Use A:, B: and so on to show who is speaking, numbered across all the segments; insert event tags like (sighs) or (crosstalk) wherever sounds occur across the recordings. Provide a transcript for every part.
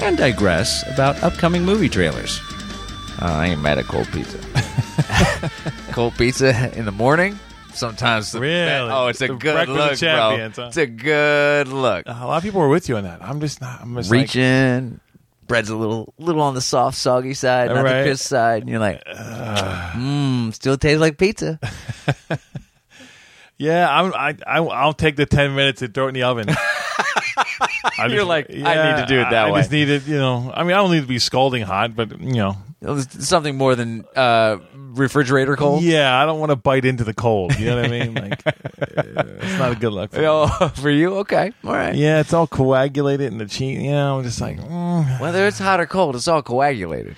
A: and digress about upcoming movie trailers.
B: Uh, I ain't mad at cold pizza. (laughs) cold pizza in the morning. Sometimes, the-
C: Really?
B: oh, it's a
D: The
B: good
D: breakfast of
B: look, bro.
D: champions, huh?
B: It's a good look.
D: A lot of people are with you on that. I'm just not. I'm just like,
B: Reaching, bread's a little, little on the soft, soggy side, not
D: Right.
B: the crisp side, and you're like, mmm, still tastes like
D: (laughs)
B: pizza.
D: yeah, I'm, I, I, I'll take the ten minutes and throw it in the
B: (laughs)
D: oven. I
B: You're like, I need to do it that
D: I, I just
B: way.
D: need it, you know. I mean, I don't need to be scalding hot, but you know,
B: It was something more than uh, refrigerator cold.
D: yeah, I don't want to bite into the cold. You know what I mean? Like, uh, it's not a good look. For me.
B: (laughs) Oh, for you, okay, all right.
D: Yeah, it's all coagulated and the cheese. You know, I'm just like, mm,
B: Whether it's hot or cold, it's all coagulated.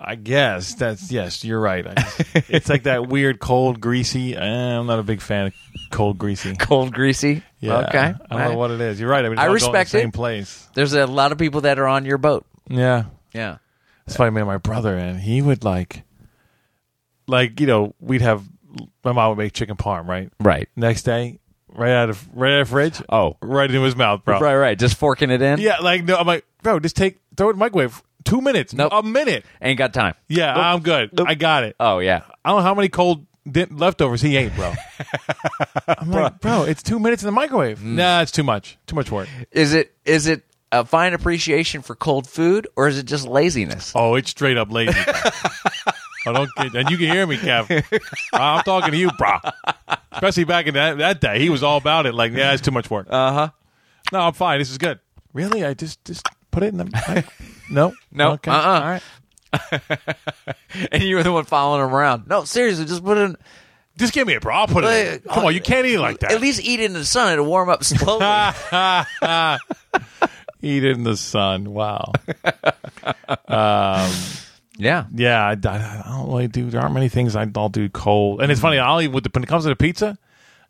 D: I guess that's yes. You're right. I just- it's like that weird cold, greasy. eh, I'm not a big fan of cold, greasy.
B: Cold, greasy.
D: Yeah,
B: Okay.
D: I don't
B: all
D: know
B: right.
D: what it is. You're right. I mean, it's all
B: I
D: going to the
B: respect it.
D: Same place.
B: There's a lot of people that are on your boat.
D: Yeah.
B: Yeah.
D: That's why I met my brother, and he would like, like you know, we'd have my mom would make chicken parm, right?
B: Right.
D: Next day, right out of right out of fridge,
B: Oh.
D: right into his mouth, bro.
B: Right, right. Just forking it in.
D: Yeah, like no, I'm like, bro, just take throw it in the microwave. Two minutes,
B: Nope.
D: a minute.
B: Ain't got time.
D: Yeah, I'm good. I got it.
B: Oh yeah.
D: I don't know how many cold di- leftovers he ate, (laughs) bro. I'm like, bro, it's two minutes in the microwave. Nah, it's too much. Too much work.
B: Is it is it a fine appreciation for cold food or is it just laziness?
D: Oh, it's straight up lazy. I don't get, and you can hear me, (laughs) Kev. I'm talking to you, bro. Especially back in that, that day, he was all about it. Like, yeah, it's too much work. Uh huh. No, I'm fine. This is good. Really? I just just put it in the. I, (laughs) no,
B: No.
D: Okay.
B: Uh-uh.
D: All right.
B: (laughs) And you were the one following him around. No, seriously, just put it in
D: Just give me a bro. I'll put it. In.
B: Uh,
D: Come on, you can't eat it like that.
B: at least eat it in the sun, it'll warm up (laughs) slowly.
D: eat it in the sun. Wow.
B: yeah.
D: Yeah, I, I, I don't really do. There aren't many things I, I'll do cold. And it's funny. I'll eat with the, when it comes to the pizza.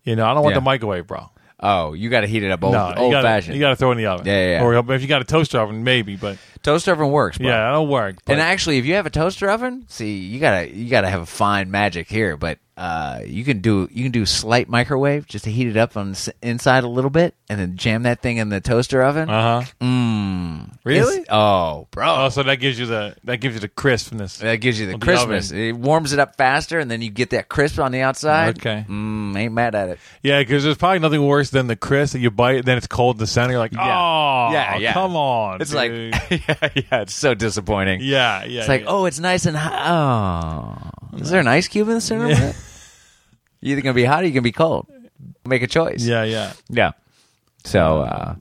D: You know, I don't want
B: Yeah.
D: the microwave, bro.
B: Oh, you gotta heat it up old
D: you
B: old
D: gotta,
B: fashioned.
D: You got to throw it in the oven.
B: Yeah, yeah, yeah.
D: Or if you got a toaster oven, maybe. But
B: toaster oven works, bro.
D: yeah, that'll work. But
B: and actually, if you have a toaster oven, see you gotta you gotta have a fine magic here. But uh, you can do you can do slight microwave just to heat it up on the s- inside a little bit, and then jam that thing in the toaster oven.
D: uh huh.
B: Mm.
D: Really?
B: It's- oh, bro,
D: Oh, so that gives you the that gives you the crispness.
B: that gives you the
D: Of the
B: Christmas.
D: oven.
B: it warms it up faster, and then you get that crisp on the outside.
D: Okay.
B: mm, ain't mad at it.
D: Yeah, because there's probably nothing worse than the crisp that you bite, and then it's cold in the center. You're like, oh,
B: yeah, yeah.
D: come on.
B: It's
D: dude."
B: like, (laughs) yeah, yeah, it's so disappointing.
D: yeah, yeah.
B: It's like,
D: yeah.
B: oh, it's nice and hot. Oh, is there an ice cube in the center? of it? You're either gonna be hot or you're gonna be cold. Make a choice.
D: yeah, yeah.
B: Yeah. So, uh,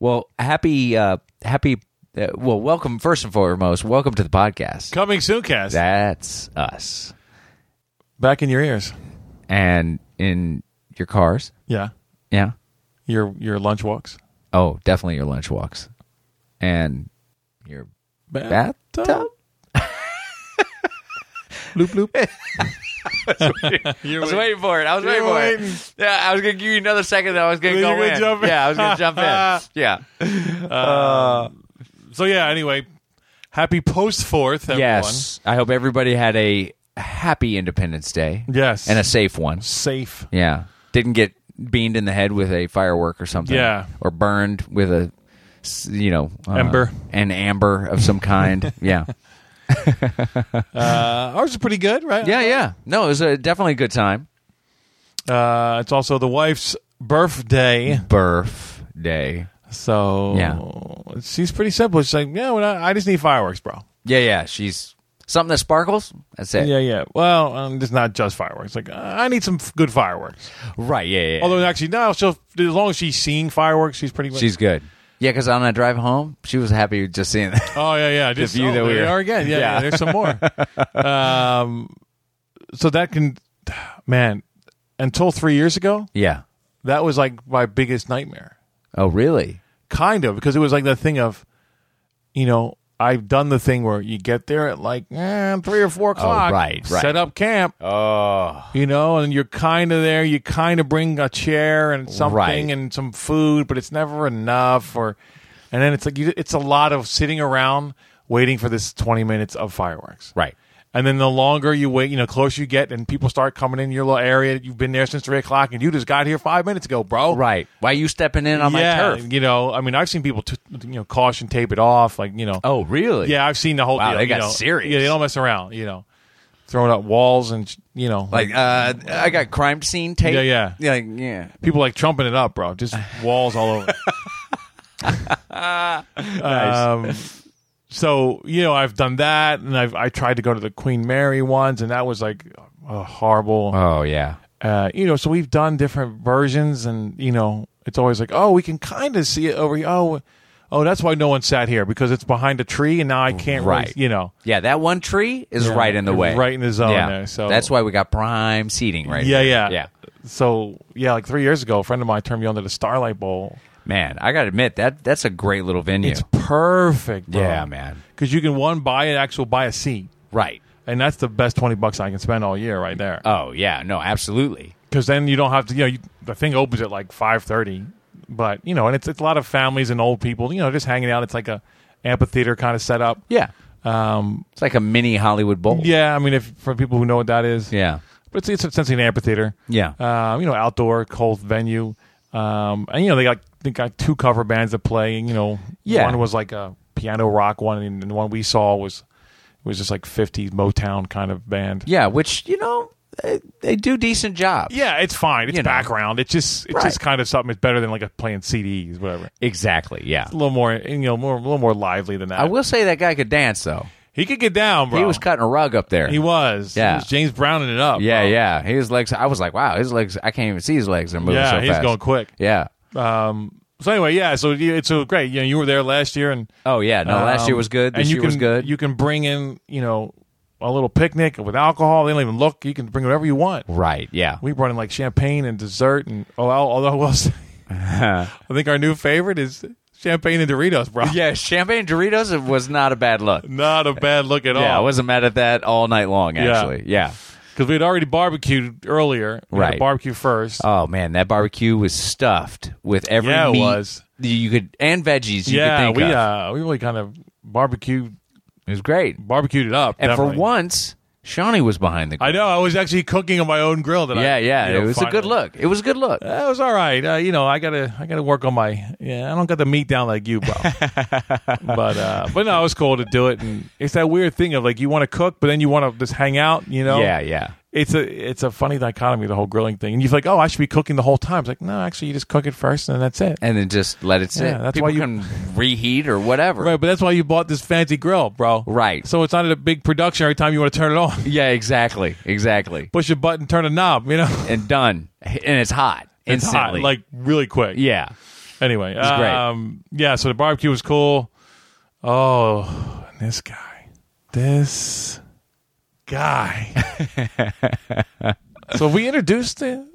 B: well, happy, uh, happy. Uh, well, welcome first and foremost. Welcome to the podcast.
D: Coming soon, cast.
B: That's us,
D: Back in your ears.
B: and in your cars.
D: Yeah,
B: Yeah.
D: your your lunch walks.
B: Oh, definitely your lunch walks, and your bathtub.
D: Bloop
B: (laughs)
D: bloop.
B: I was waiting for it. I was waiting for
D: waiting.
B: it. Yeah, I was gonna give you another second. That I was gonna
D: Then
B: go
D: you're gonna
B: in.
D: jump in.
B: Yeah, I was gonna
D: (laughs)
B: jump in. Yeah.
D: So yeah. Anyway, happy post Fourth, everyone.
B: Yes. I hope everybody had a happy Independence Day.
D: Yes.
B: And a safe one.
D: Safe.
B: Yeah. Didn't get beamed in the head with a firework or something.
D: Yeah.
B: Or burned with a, s- you know, uh,
D: Ember.
B: An amber of some
D: (laughs)
B: kind. yeah.
D: Uh, ours is pretty good, right?
B: Yeah, yeah. No, it was a, definitely a good time.
D: Uh, it's also the wife's birthday,
B: Birthday.
D: so
B: Yeah.
D: she's pretty simple. She's like, yeah, well, I I just need fireworks, bro.
B: Yeah, yeah. She's something that sparkles. That's it.
D: Yeah, yeah. Well, um, it's not just fireworks. Like, uh, I need some f- good fireworks.
B: Right. Yeah, yeah.
D: Although, actually, no, she'll as long as she's seeing fireworks, she's pretty. much
B: she's good. Yeah, because on that drive home, she was happy just seeing that.
D: (laughs) Oh yeah, yeah. Just
B: view
D: oh,
B: that
D: there
B: we
D: they
B: were-
D: are again. Yeah, yeah. there's some more.
B: (laughs)
D: um, so that can, man, until three years ago,
B: yeah.
D: that was like my biggest nightmare.
B: Oh, really?
D: kind of because it was like that thing of you know I've done the thing where you get there at like eh, three or four o'clock,
B: Oh, right, right.
D: Set up camp,
B: Oh,
D: you know, and you're kind of there. You kind of bring a chair and something
B: Right.
D: and some food, but it's never enough. Or, and then it's like you, it's a lot of sitting around waiting for this twenty minutes of fireworks,
B: right.
D: And then the longer you wait, you know, closer you get, and people start coming in your little area. You've been there since three o'clock, and you just got here five minutes ago, bro.
B: Right. Why you stepping in on
D: yeah,
B: my turf?
D: you know, I mean, I've seen people, t- you know, caution tape it off, like you know.
B: Oh, really?
D: Yeah, I've seen the whole.
B: Wow,
D: deal,
B: they
D: you
B: got
D: know.
B: serious.
D: Yeah, they don't mess around. You know, throwing up walls and you know,
B: Like, uh, I got crime scene tape.
D: Yeah, yeah.
B: yeah, like, yeah.
D: people like trumping it up, bro.
B: (laughs)
D: Just walls all over. Um, so you know, I've done that, and I've I tried to go to the Queen Mary ones, and that was like uh, horrible.
B: Oh, yeah.
D: uh, you know, so we've done different versions, and you know, it's always like, oh, we can kind of see it over here. Oh, oh, that's why no one sat here because it's behind a tree, and now I can't. really-
B: Right.
D: you know.
B: Yeah, that one tree is
D: Yeah,
B: right in the
D: it's
B: way,
D: right in the zone there, so-
B: that's why we got prime seating right.
D: Yeah,
B: there.
D: yeah,
B: yeah.
D: So yeah, like three years ago, a friend of mine turned me on to the Starlight Bowl.
B: Man, I gotta admit that that's a great little venue.
D: It's perfect. Bro.
B: Yeah, man.
D: Because you can one buy an actual buy a seat,
B: right.
D: and that's the best twenty bucks I can spend all year right there.
B: Oh yeah, no, absolutely.
D: because then you don't have to you know you, the thing opens at like 5.30 but you know and it's, it's a lot of families and old people you know just hanging out it's like a amphitheater kind of setup
B: Yeah,
D: um,
B: it's like a mini Hollywood Bowl.
D: yeah i mean if for people who know what that is
B: yeah,
D: but it's, it's essentially an amphitheater
B: Yeah.
D: um, you know outdoor cold venue um, and you know they got they got two cover bands that play you know
B: Yeah.
D: one was like a piano rock one and the one we saw was was just like 50 motown kind of band
B: yeah. Which you know they, they do decent jobs.
D: yeah, it's fine. It's
B: You know.
D: background. It's just it's
B: Right.
D: just kind of something. It's better than like a playing CDs, whatever.
B: exactly. Yeah,
D: a little more, you know, more a little more lively than that.
B: I will say that guy could dance though.
D: He could get down, bro.
B: He was cutting a rug up there.
D: He was. He
B: Yeah.
D: was James Browning it up.
B: Yeah,
D: bro.
B: yeah. His legs. I was like, wow, his legs. I can't even see his legs. They're moving
D: Yeah,
B: so
D: he's
B: fast.
D: going quick.
B: Yeah.
D: So anyway, yeah. So you- it's so great. You know, you were there last year, and
B: Oh yeah. No, last
D: um,
B: year was good. This
D: and you
B: year
D: can,
B: was good.
D: You can bring in, you know, a little picnic with alcohol. They don't even look. You can bring whatever you want.
B: right.
D: (laughs)
B: Yeah.
D: We brought in like champagne and dessert, and oh, al- although I will
B: (laughs)
D: say, I think our new favorite is champagne and Doritos, bro.
B: yeah. Champagne and Doritos was not a bad
D: (laughs)
B: look.
D: Not a bad look at
B: Yeah, I
D: all.
B: wasn't mad at that all night long. Actually, yeah.
D: because we had already barbecued earlier. We had a
B: Right.
D: barbecue first.
B: Oh man, that barbecue was stuffed with every
D: Yeah, it
B: meat
D: was.
B: that you could and veggies. You
D: yeah,
B: could think
D: we
B: of.
D: uh, we really kind of barbecued
B: it was great.
D: barbecued it up.
B: And
D: definitely.
B: for once, Shawnee was behind the.
D: I know I was actually cooking on my own grill. That
B: Yeah,
D: I,
B: yeah.
D: you know,
B: it was a
D: finally-
B: good look. It was a good look.
D: Uh, It was all right. Uh, you know, I gotta I gotta work on my. Yeah, I don't got the meat down like (laughs) you, bro. but uh, but no, it was cool to do it. And it's that weird thing of like you want to cook, but then you want to just hang out. You know?
B: Yeah, yeah.
D: It's a it's a funny dichotomy the whole grilling thing. And you're like, oh, I should be cooking the whole time. It's like, no, actually, you just cook it first, and that's it.
B: And then just let it sit.
D: Yeah, that's
B: People
D: why you-
B: can reheat or whatever.
D: Right, but that's why you bought this fancy grill, bro.
B: Right.
D: So it's not a big production every time you want to turn it on.
B: Yeah, exactly, exactly.
D: Push a button, turn a knob, you know? (laughs)
B: And done. And it's hot
D: It's hot,
B: instantly.
D: like really quick.
B: yeah.
D: Anyway,
B: was great.
D: um, yeah. So the barbecue was cool. Oh, and this guy, this
B: (laughs)
D: guy. so we introduced the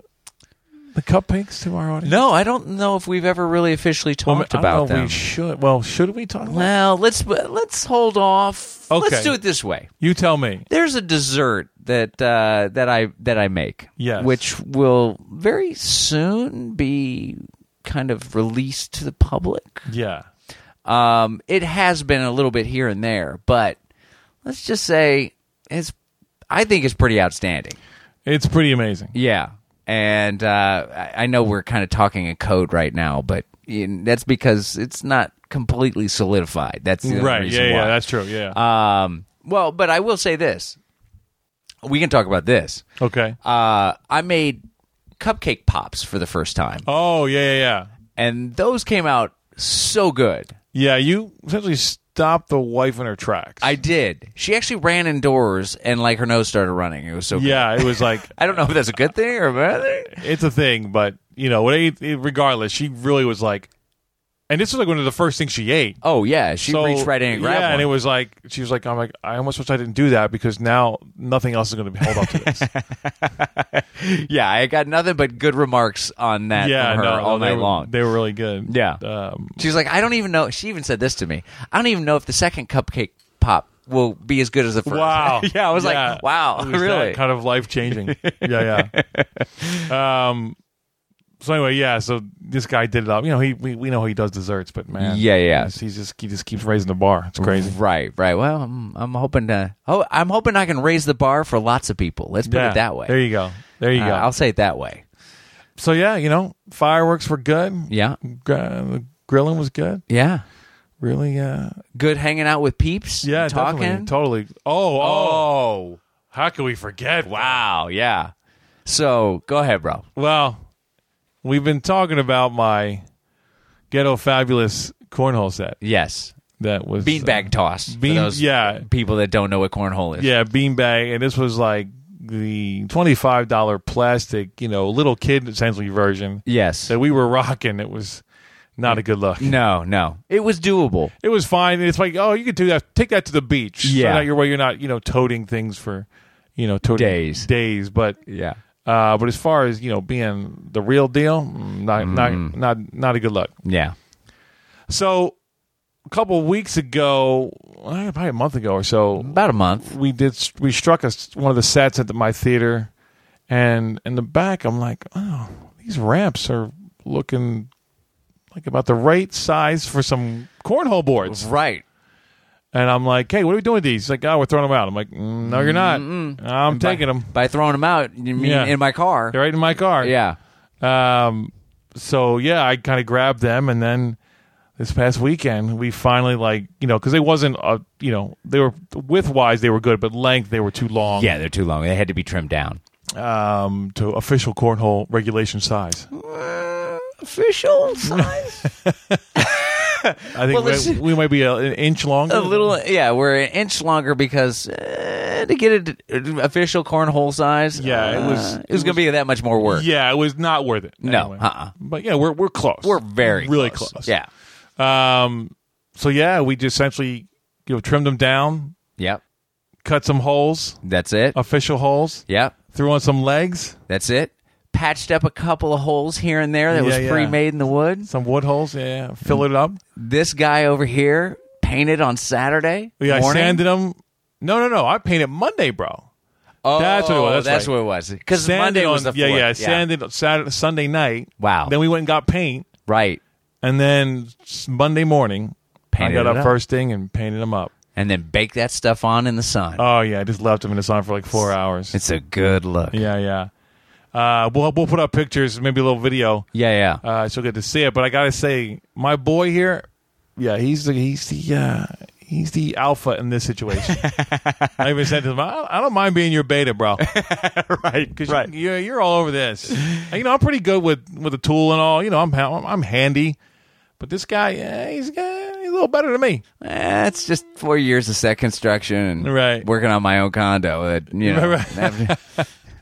D: the cupcakes to our audience.
B: No, I don't know if we've ever really officially
D: Well, I
B: talked
D: don't know
B: about
D: if
B: them.
D: We should. Well, should we talk? About it?
B: well, let's let's hold off.
D: Okay.
B: Let's do it this way.
D: You tell me.
B: There's a dessert that uh, that I that I make,
D: Yes.
B: which will very soon be kind of released to the public.
D: Yeah.
B: Um, it has been a little bit here and there, but let's just say it's. I think it's pretty outstanding.
D: It's pretty amazing.
B: Yeah, and uh, I- I know we're kind of talking in code right now, but in, that's because it's not completely solidified. That's the only
D: right.
B: reason
D: Yeah.
B: why.
D: Yeah. That's true. Yeah.
B: Um, well, but I will say this. We can talk about this.
D: okay.
B: Uh, I made cupcake pops for the first time,
D: oh yeah. Yeah. Yeah.
B: and those came out so good.
D: Yeah. You essentially stopped the wife in her tracks.
B: I did. She actually ran indoors, and like her nose started running. It was so. Good.
D: Yeah. It was like
B: I don't know if that's a good thing or a bad thing.
D: it's a thing, but you know, what- it- it- regardless, she really was like, And this was like one of the first things she ate.
B: Oh yeah, she
D: So,
A: reached right in and grabbed
D: Yeah, and
A: one.
D: it was like she was like, I'm like, I almost wish I didn't do that because now nothing else is going to be held
B: (laughs)
D: up to this.
B: yeah, I got nothing but good remarks on that
D: yeah,
B: from her
D: no,
B: all
D: they
B: night
D: were,
B: long.
D: They were really good.
B: Yeah. (laughs)
D: Um,
B: She's like, I don't even know. She even said this to me. I don't even know if the second cupcake pop will be as good as the
D: (laughs)
B: first.
D: wow.
B: (laughs) yeah, I was
D: Yeah.
B: like, wow,
D: It was
B: really?
D: that kind of life
B: (laughs)
D: changing. yeah, yeah. Um. So anyway, yeah. So this guy did it up. You know, he we, we know he does desserts, but man,
B: Yeah, yeah.
D: he's- He's just he just keeps raising the bar. It's crazy.
B: Right, right. Well, I'm, I'm hoping to. Oh, I'm hoping I can raise the bar for lots of people. Let's put
D: yeah.
B: it that way.
D: There you go. There you
B: Uh,
D: go.
B: I'll say it that way.
D: so yeah, you know, fireworks were good.
B: Yeah,
D: Gr- the grilling was good.
B: yeah.
D: Really, uh,
B: Good hanging out with peeps.
D: yeah,
B: and talking.
D: definitely, totally. Oh, oh,
B: Oh,
D: how could we forget?
B: wow. Yeah. So go ahead, bro.
D: Well, we've been talking about my ghetto fabulous cornhole set.
B: Yes.
D: That was
B: Beanbag
D: uh,
B: toss. for
D: bean-
B: those
D: yeah.
B: People that don't know what cornhole is.
D: Yeah, beanbag, and this was like the twenty-five dollar plastic, you know, little kid essentially version
B: Yes.
D: that we were rocking. It was not a good look.
B: No, no. It was doable.
D: It was fine. It's like, oh, you could do that. Take that to the beach. so
B: Yeah.
D: that your way you're not, you know, toting things for, you know, toting
B: Days.
D: days. But
B: Yeah.
D: Uh, but as far as you know, being the real deal, mm, not not not not a good look.
B: Yeah.
D: So, a couple of weeks ago, eh, probably a month ago or so,
B: About a month.
D: we did we struck us one of the sets at the, my theater, and in the back, I'm like, oh, these ramps are looking like about the right size for some cornhole boards.
B: Right.
D: And I'm like, hey, what are we doing with these? He's like, oh, we're throwing them out. I'm like, mm, no, you're not. I'm taking them.
B: By throwing them out, you mean
D: Yeah.
B: in my car.
D: They're right in my car.
B: Yeah.
D: Um, so yeah, I kind of grabbed them, and then this past weekend we finally like you know because they wasn't uh you know they were width wise they were good, but length they were too long.
B: Yeah, they're too long. They had to be trimmed down.
D: Um, to official cornhole regulation size. Uh,
B: official size?
D: I think
B: Well, let's
D: we,
B: see.
D: we might be a, an inch longer.
B: (laughs) a little, yeah, we're an inch longer because uh, to get it uh, official cornhole size,
D: Yeah, it was-
B: uh, it was going to be that much more work.
D: Yeah, it was not worth it.
B: No,
D: anyway.
B: uh-uh.
D: But yeah, we're we're close.
B: We're very
D: really
B: close.
D: close.
B: Yeah.
D: Um. So yeah, we just essentially you know trimmed them down,
B: Yep.
D: cut some holes,
B: That's it.
D: official holes,
B: Yep.
D: threw on some legs,
B: That's it. Patched up a couple of holes here and there that
D: Yeah,
B: was
D: yeah.
B: pre-made in the wood.
D: some wood holes. Yeah, fill it up.
B: This guy over here painted on Saturday
D: Oh, Yeah,
B: morning.
D: I sanded them. No, no, no. I painted Monday, bro.
B: Oh,
D: That's what it was. That's
B: That's
D: right.
B: what it was. Because
D: Sanded
B: Monday was the
D: on-
B: fourth.
D: yeah, yeah. Sanded Saturday, Sunday night.
B: Wow.
D: Then we went and got paint,
B: Right.
D: and then s- Monday morning,
B: Painted
D: I got
B: it
D: up,
B: up.
D: first thing and painted them up.
B: And then bake that stuff on in the sun.
D: Oh yeah, I just left them in the sun for like four hours.
B: it's a good look. Yeah,
D: Yeah, yeah. Uh, we'll we'll put up pictures, maybe a little video.
B: yeah.
D: Uh, she'll get to see it. But I gotta say, my boy here, yeah, he's the he's the uh, he's the alpha in this
B: (laughs)
D: situation. I even said to him, I, I don't mind being your beta, bro. right, because
B: right.
D: you're, you're all over this. And, you know, I'm pretty good with with a tool and all. You know, I'm ha- I'm handy, but this guy, yeah, he's, uh, he's a little better than me.
B: Eh, it's just four years of set construction and
D: Right.
B: working on my own condo.
D: (laughs)
B: That, you know,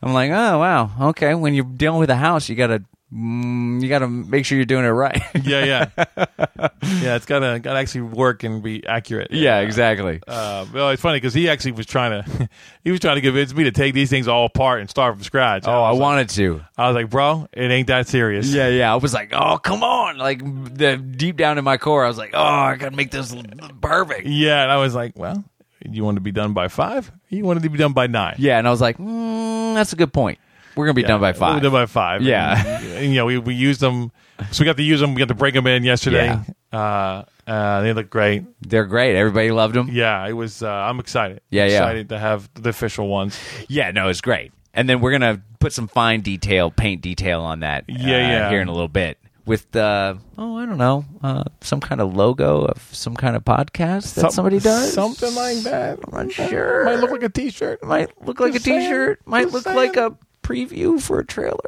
B: I'm like, oh wow, okay. When you're dealing with a house, you gotta mm, you gotta make sure you're doing it right. (laughs)
D: Yeah, yeah, (laughs) yeah. It's gotta gotta actually work and be accurate.
B: yeah, exactly.
D: Uh, well, it's funny because he actually was trying to, (laughs) he was trying to convince me to take these things all apart and start from scratch.
B: oh, I
D: was like-
B: wanted to.
D: I was like, bro, it ain't that serious.
B: Yeah, yeah. I was like, oh come on. Like the deep down in my core, I was like, oh, I gotta make this l- perfect.
D: yeah. And I was like, well, you wanted to be done by five. You wanted to be done by nine.
B: Yeah, and I was like, mm, that's a good point. We're gonna be done by
D: We were
B: five.
D: done by five.
B: Yeah.
D: And, (laughs) and, you know, we, we used them. So we got to use them. We got to break them in yesterday. Uh, uh, they look great.
B: They're great. Everybody loved them.
D: Yeah, it was. Uh, I'm excited.
B: Yeah, yeah.
D: Excited to have the official ones.
B: Yeah, no, it's great. And then we're gonna put some fine detail, paint detail on that. uh,
D: Yeah, yeah.
B: Here in a little bit with uh, oh, I don't know, uh, some kind of logo of some kind of podcast that
D: Some-
B: somebody does.
D: something like that.
B: I'm not sure.
D: Might look like a t-shirt.
B: Might look like
D: Just
B: a
D: saying.
B: T-shirt. Might
D: Just
B: look
D: saying.
B: like a preview for
D: (laughs)
B: a trailer.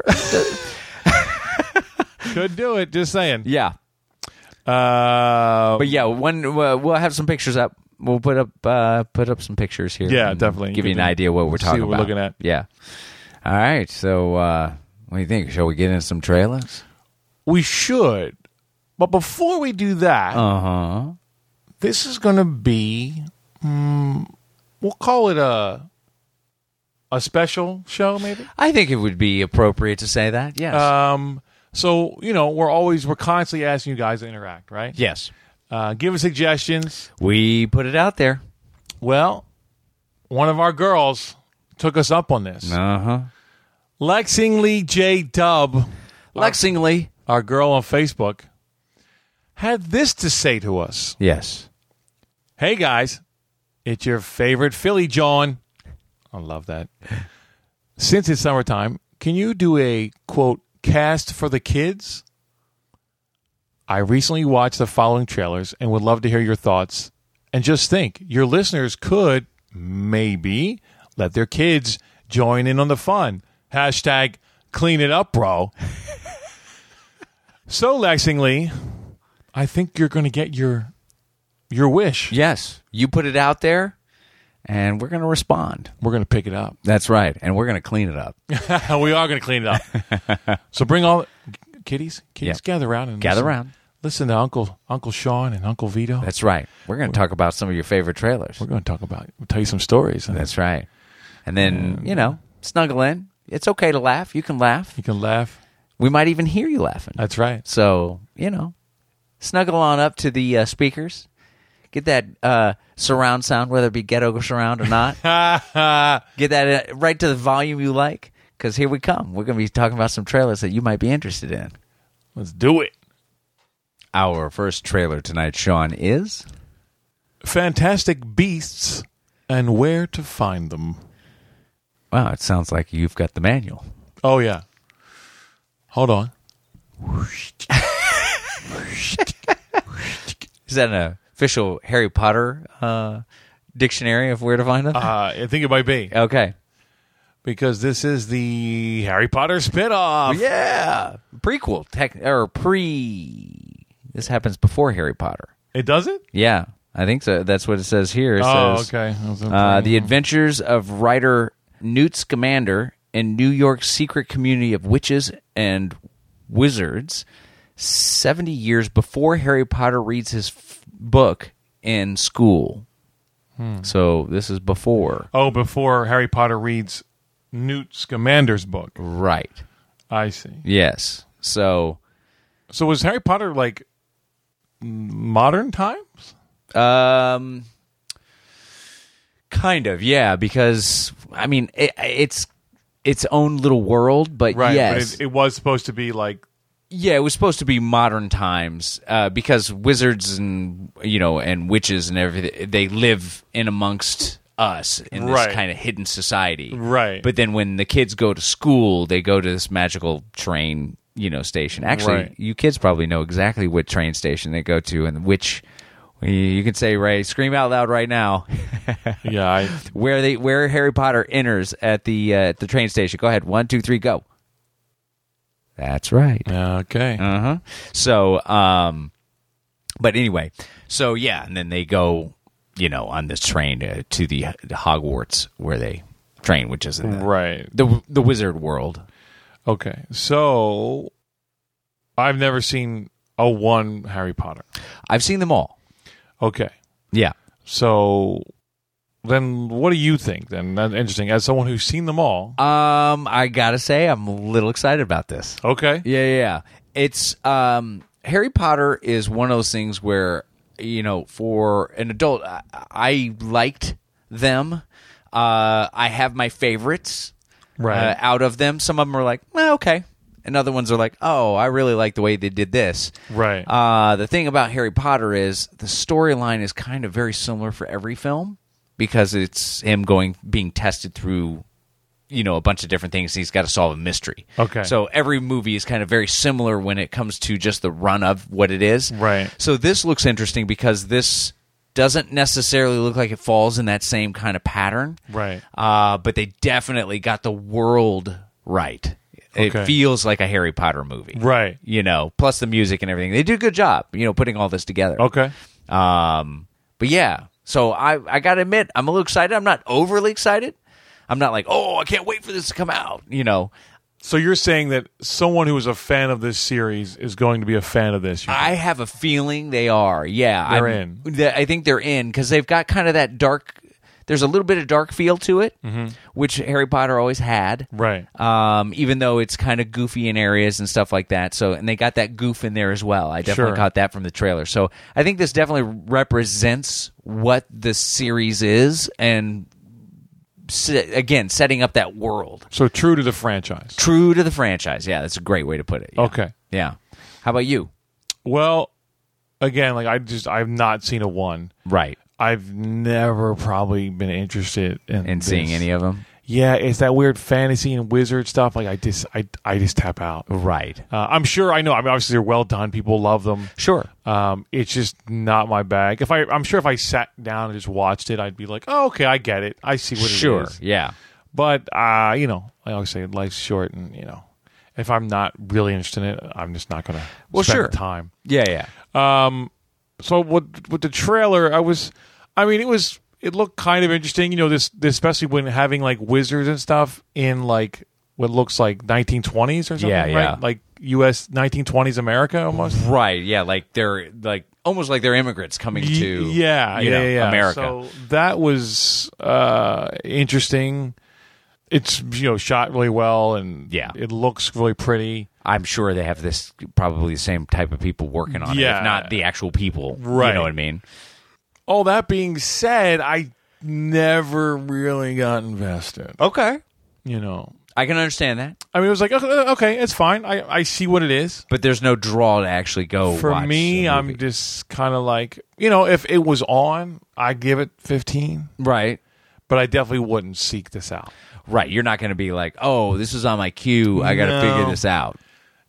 D: Could do it. Just saying.
B: yeah,
D: Uh,
B: but yeah, when uh, we'll have some pictures up. We'll put up uh, put up some pictures here.
D: Yeah,
B: and
D: definitely.
B: Give you
D: Give
B: an
D: me-
B: idea what we're
D: see
B: talking
D: what we're
B: about.
D: looking at.
B: Yeah. All right. So uh, what do you think? Shall we get into some trailers?
D: we should. But before we do that,
A: Uh huh.
B: Uh-huh.
D: this is going to be, mm, we'll call it a a special show, maybe.
B: I think it would be appropriate to say that. Yes.
D: Um, so you know, we're always we're constantly asking you guys to interact, right?
B: yes.
D: Uh, give us suggestions.
B: We put it out there.
D: Well, one of our girls took us up on this.
B: Uh huh.
D: Lexingly J Dub,
B: Lexingly.
D: our girl on Facebook, had this to say to us.
B: Yes.
D: Hey guys, it's your favorite Philly John. I love that. Since it's summertime, can you do a quote cast for the kids? I recently watched the following trailers and would love to hear your thoughts. And just think, your listeners could maybe let their kids join in on the fun. Hashtag clean it up, bro. so, Lexingly, I think you're going to get your your wish.
B: Yes. You put it out there, and we're going to respond.
D: We're going to pick it up.
B: That's right. And we're going to clean it up.
D: (laughs) we are going to clean it up. (laughs) so bring all kiddies, kiddies,
B: Yeah.
D: gather around and
B: Gather
D: listen,
B: around.
D: Listen to Uncle Uncle Sean and Uncle Vito.
B: That's right. We're going to talk about some of your favorite trailers.
D: We're going to talk about. We'll tell you some stories. and
B: That's right. And then, you know, snuggle in. It's okay to laugh. You can laugh.
D: you can laugh.
B: We might even hear you laughing.
D: That's right.
B: So, you know, snuggle on up to the uh, speakers. Get that uh, surround sound, whether it be ghetto surround or (laughs) not. Get that uh, right to the volume you like. Because here we come. We're going to be talking about some trailers that you might be interested in.
D: (laughs) Let's do it.
B: Our first trailer tonight, Sean, is
D: Fantastic beasts and where to find them.
B: wow. It sounds like you've got the manual.
D: Oh yeah. Hold on.
B: Is that an official Harry Potter uh, dictionary of where to find them?
D: Uh, I think it might be
B: okay.
D: because this is the Harry Potter spinoff.
B: Yeah, prequel tech or pre. This happens before Harry Potter.
D: It does it.
B: Yeah, I think so. That's what it says here. It
D: Oh,
B: says,
D: okay. I was
B: Uh,
D: wondering.
B: the adventures of writer Newt Scamander in New York's secret community of witches and wizards, seventy years before Harry Potter reads his f- book in school. So this is before,
D: Oh, before Harry Potter reads Newt Scamander's book.
B: right?
D: I see.
B: Yes. So
D: So was Harry Potter like modern times?
B: Um, kind of, yeah. Because I mean, it, it's its own little world, but yes,
D: But it, it was supposed to be like
B: yeah, it was supposed to be modern times uh, because wizards and you know and witches and everything they live in amongst us in this
D: Right.
B: kind of hidden society,
D: Right.
B: But then when the kids go to school, they go to this magical train, you know, station. Actually,
D: Right.
B: you kids probably know exactly what train station they go to and which. You can say Ray, scream out loud right now (laughs)
D: yeah. I,
B: where they where Harry Potter enters at the uh, at the train station. Go ahead, one, two, three, go. That's right.
D: yeah, okay.
B: Uh huh. So, um, but anyway, so yeah, and then they go, you know, on this train to, to the, the Hogwarts where they train, which is in the,
D: right.
B: the the wizard world.
D: Okay. So I've never seen a one Harry Potter.
B: I've seen them all.
D: Okay.
B: Yeah.
D: So then what do you think then? That's interesting. As someone who's seen them all.
B: Um, I gotta say, I'm a little excited about this.
D: Okay.
B: Yeah, yeah, yeah. It's um, Harry Potter is one of those things where you know, for an adult, I, I liked them. Uh, I have my favorites
D: Right.
B: uh, out of them. Some of them are like, well, okay, and other ones are like, oh, I really like the way they did this.
D: Right.
B: Uh, the thing about Harry Potter is the storyline is kind of very similar for every film because it's him going being tested through you know a bunch of different things he's got to solve a mystery
D: Okay.
B: so every movie is kind of very similar when it comes to just the run of what it is
D: Right.
B: so this looks interesting because this doesn't necessarily look like it falls in that same kind of pattern
D: Right.
B: uh, but they definitely got the world right
D: Okay.
B: it feels like a harry potter movie
D: Right.
B: you know plus the music and everything they did a good job you know putting all this together
D: Okay.
B: um, but yeah, so I I gotta admit I'm a little excited. I'm not overly excited. I'm not like oh I can't wait for this to come out. You know,
D: So you're saying that someone who is a fan of this series is going to be a fan of this? you
B: I have a feeling they are. Yeah,
D: They're
B: I'm-
D: in.
B: th- I think they're in because they've got kind of that dark. There's a little bit of dark feel to it, which Harry Potter always had.
D: Mm-hmm. Right.
B: Um, even though it's kind of goofy in areas and stuff like that. So, and they got that goof in there as well. I definitely
D: Sure.
B: caught that from the trailer. So, I think this definitely represents what the series is, and se- again, setting up that world
D: so true to the franchise.
B: true to the franchise. Yeah, that's a great way to put it. Yeah.
D: Okay.
B: Yeah. How about you?
D: Well, again, like I just I've not seen a one.
B: Right.
D: I've never probably been interested in
B: And seeing
D: this.
B: any of them.
D: Yeah, it's that weird fantasy and wizard stuff. Like I just I I just tap out.
B: Right.
D: Uh, I'm sure I know. I mean, obviously they're well done. People love them.
B: Sure.
D: Um, it's just not my bag. If I, I'm sure if I sat down and just watched it, I'd be like, "Oh, okay, I get it. I see what
B: sure.
D: it is."
B: Yeah.
D: But uh, you know, I always say life's short, and you know, if I'm not really interested in it, I'm just not going to
B: Well,
D: spend
B: sure.
D: the time.
B: Yeah. Yeah.
D: Um, So with with the trailer, I was, I mean, it was it looked kind of interesting. You know, this, this especially when having like wizards and stuff in like what looks like 1920s or something,
B: Yeah,
D: right?
B: yeah.
D: Like U.S. 1920s America almost.
B: Right. Yeah. Like they're like almost like they're immigrants coming
D: Y-
B: to
D: yeah,
B: you
D: yeah,
B: know,
D: yeah.
B: America.
D: So that was uh, interesting. It's you know shot really well and
B: Yeah.
D: it looks really pretty.
B: I'm sure they have this probably the same type of people working on it,
D: Yeah.
B: if not the actual people. You
D: Right.
B: know what I mean?
D: All that being said, I never really got invested.
B: Okay.
D: You know,
B: I can understand that,
D: I mean, it was like okay, okay, it's fine. I I see what it is.
B: but there's no draw to actually go.
D: For
B: watch
D: me,
B: the
D: I'm
B: movie.
D: just kind of like you know, if it was on, I give it 15,
B: right.
D: but I definitely wouldn't seek this out.
B: Right. You're not going to be like, oh, this is on my queue. I got to
D: No.
B: figure this out.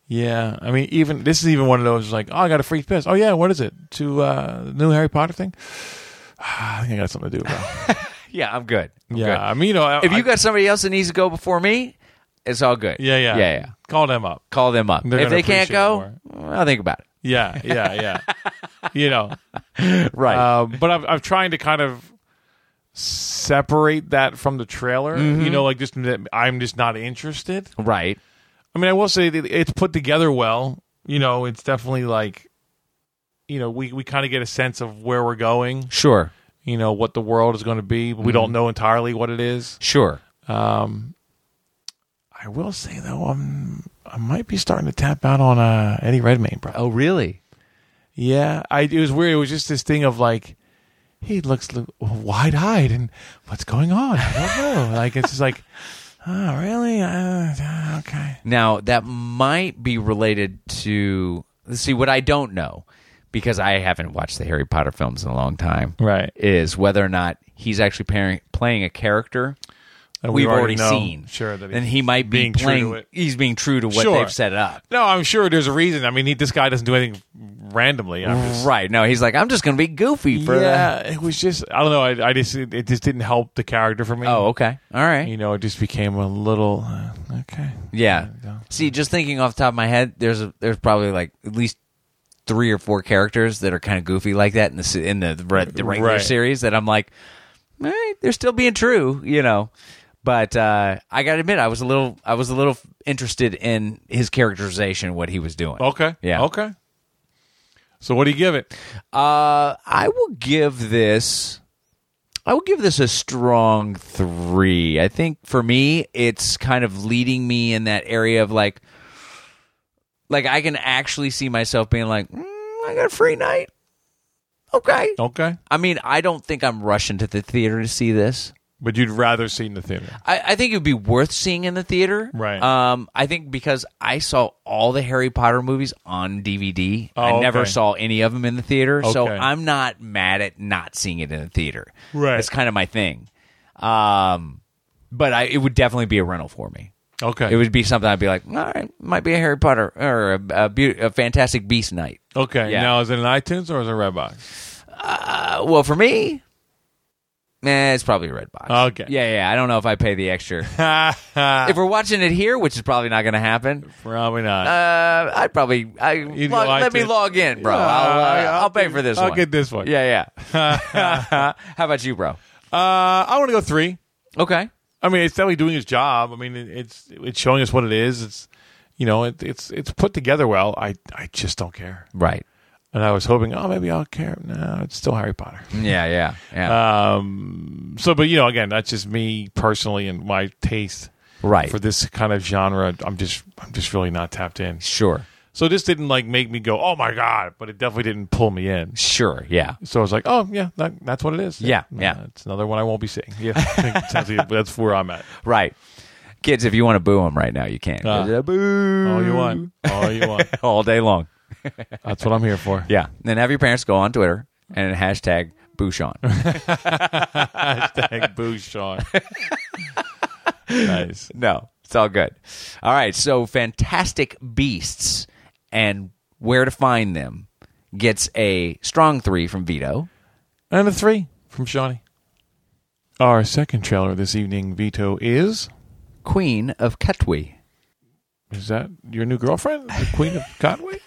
D: Yeah, I mean, even this is even one of those like, oh, I got a free piss. Oh yeah, what is it? To uh, new Harry Potter thing. (sighs) I think I got something to do. Bro.
B: Yeah, I'm good.
D: (laughs)
B: I'm
D: yeah,
B: good.
D: I mean, you know, I-
B: if you
D: I-
B: got somebody else that needs to go before me, it's all good.
D: yeah, yeah,
B: yeah, yeah.
D: call them up.
B: Call them up.
D: They're
B: if
D: gonna
B: they can't go,
D: appreciate
B: I'll think about it.
D: Yeah, yeah,
B: (laughs)
D: yeah. you know,
B: Right.
D: uh, but I'm I'm trying to kind of separate that from the trailer. You know, like just that I'm just not interested.
B: right.
D: I mean, I will say that it's put together well. You know, it's definitely like, you know, we we kind of get a sense of where we're going.
B: Sure.
D: you know what the world is going to be. But we don't know entirely what it is. Um,
B: Sure.
D: I will say though, I'm I might be starting to tap out on uh, Eddie Redmayne, bro.
B: Oh, really?
D: Yeah, I it was weird. It was just this thing of like he looks wide eyed and what's going on? I don't (laughs) know. like it's just like, oh really? Uh, uh, okay.
B: Now that might be related to let's see what I don't know because I haven't watched the Harry Potter films in a long time.
D: Right.
B: Is whether or not he's actually pairing, playing a character
D: And we
B: we've already,
D: know,
B: seen.
D: Sure, that
B: and
D: he's
B: he might be
D: being true
B: playing.
D: to it.
B: He's being true to what
D: Sure.
B: they've set up.
D: No, I'm sure there's a reason. I mean, he, this guy doesn't do anything randomly. I'm just,
B: Right. No, he's like, I'm just going to be goofy for
D: Mm, yeah, it was just I don't know. I, I just it, it just didn't help the character for me.
B: the. Oh, okay. All right.
D: you know, it just became a little uh, okay.
B: Yeah.
D: go.
B: See, just thinking off the top of my head, there's a, there's probably like at least three or four characters that are kind of goofy like that in the se- in the re- the regular
D: Right.
B: series that I'm like, all right, they're still being true, you know. But uh, I gotta admit, I was a little I was a little interested in his characterization, what he was doing.
D: Okay.
B: Yeah.
D: Okay. So what do you give it?
B: Uh, I will give this. I will give this a strong three. I think for me, it's kind of leading me in that area of like, like I can actually see myself being like, mm, I got a free night. Okay.
D: Okay.
B: I mean, I don't think I'm rushing to the theater to see this.
D: But you'd rather see it in the theater.
B: I, I think it would be worth seeing in the theater.
D: Right.
B: Um, I think because I saw all the Harry Potter movies on DVD. I
D: Oh,
B: never
D: okay.
B: saw any of them in the theater. So
D: Okay.
B: I'm not mad at not seeing it in the theater.
D: Right.
B: That's kind of my thing. Um, but I, it would definitely be a rental for me.
D: Okay.
B: It would be something I'd be like, all right, might be a Harry Potter or a, a, beaut- a Fantastic Beast night.
D: okay.
B: Yeah.
D: Now is it an iTunes or is it a Redbox?
B: Uh, well, for me, eh, it's probably a red box.
D: Okay.
B: Yeah, yeah. I don't know if I pay
D: (laughs)
B: the extra. (laughs) if
D: Probably
B: we're watching it here, which is probably not going to happen,
D: not.
B: uh, I'd probably I
D: You'd
B: log-
D: go
B: let me
D: iTunes.
B: log in, bro.
D: Yeah,
B: I'll, uh,
D: I-
B: I'll,
D: I'll
B: pay
D: do-
B: for this
D: I'll
B: one.
D: get this one. (laughs)
B: Yeah, yeah. (laughs) How about you, bro?
D: uh, I want to go three.
B: Okay.
D: I mean, it's definitely doing its job. I mean, it, it's it's showing us what it is. It's you know, it, it's it's put together well. I I just don't care.
B: Right.
D: And I was hoping, oh, maybe I'll care. No, it's still Harry Potter. Um,
B: Yeah, yeah, yeah.
D: Uh, So, but you know, again, that's just me personally and my taste
B: right.
D: for this kind of genre. I'm just I'm just really not tapped in.
B: sure.
D: So this didn't like make me go, oh my god, but it definitely didn't pull me in.
B: Sure. Yeah.
D: So I was like, oh yeah, that, that's what it is.
B: Yeah,
D: Uh,
B: yeah.
D: It's another one I won't be seeing. Yeah, (laughs) I think essentially that's where I'm at.
B: Right. Kids, if you want to boo them right now, you can.
D: Ah.
B: boo.
D: All you want, all you
B: (laughs)
D: want.
B: All day long.
D: That's what I'm here for.
B: Yeah. Then have your parents go on Twitter and hashtag boo Sean.
D: (laughs) Hashtag boo Sean. nice.
B: no, it's all good. All right. So, Fantastic Beasts and Where to Find Them gets a strong three from Vito.
D: And a three from Shawnee. Our second trailer this evening, Vito, is
B: Queen of Katwe.
D: is that your new girlfriend, the Queen of
B: (laughs)
D: Conway?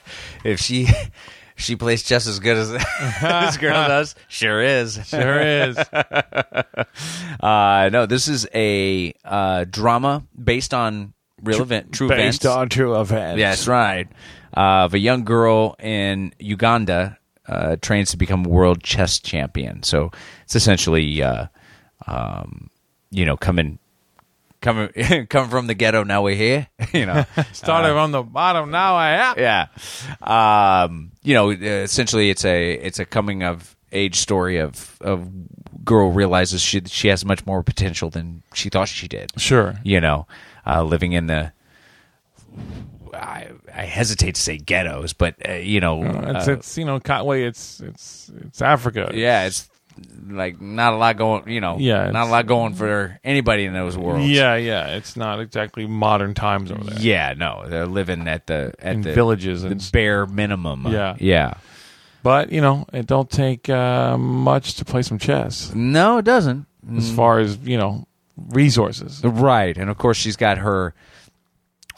B: If she if she plays just as good as (laughs) this girl does, sure is.
D: Sure is.
B: Uh, no, this is a uh, drama based on real event, true events.
D: Based on true events.
B: That's right. Uh, of a young girl in Uganda uh, trains to become a world chess champion. So it's essentially, uh, um, you know, coming, coming, come (laughs) from the ghetto. Now we're here. (laughs) you know,
D: Started
B: Uh,
D: on the bottom. Now I am.
B: yeah. Um, you know, essentially, it's a it's a coming of age story of of girl realizes she she has much more potential than she thought she did
D: Sure.
B: you know, uh, living in the. I, I hesitate to say ghettos, but uh, you know,
D: It's,
B: uh,
D: it's you know Conway. It's it's it's Africa.
B: yeah, it's like not a lot going. You know,
D: Yeah,
B: not
D: it's-
B: a lot going for anybody in those worlds.
D: Yeah, yeah. It's not exactly modern times over there.
B: yeah, no, they're living at the at
D: In
B: the
D: villages and
B: the
D: s-
B: bare minimum.
D: Yeah.
B: yeah.
D: But you know, it don't take uh, much to play some chess
B: No, it doesn't.
D: as far as you know resources.
B: Right, and of course she's got her,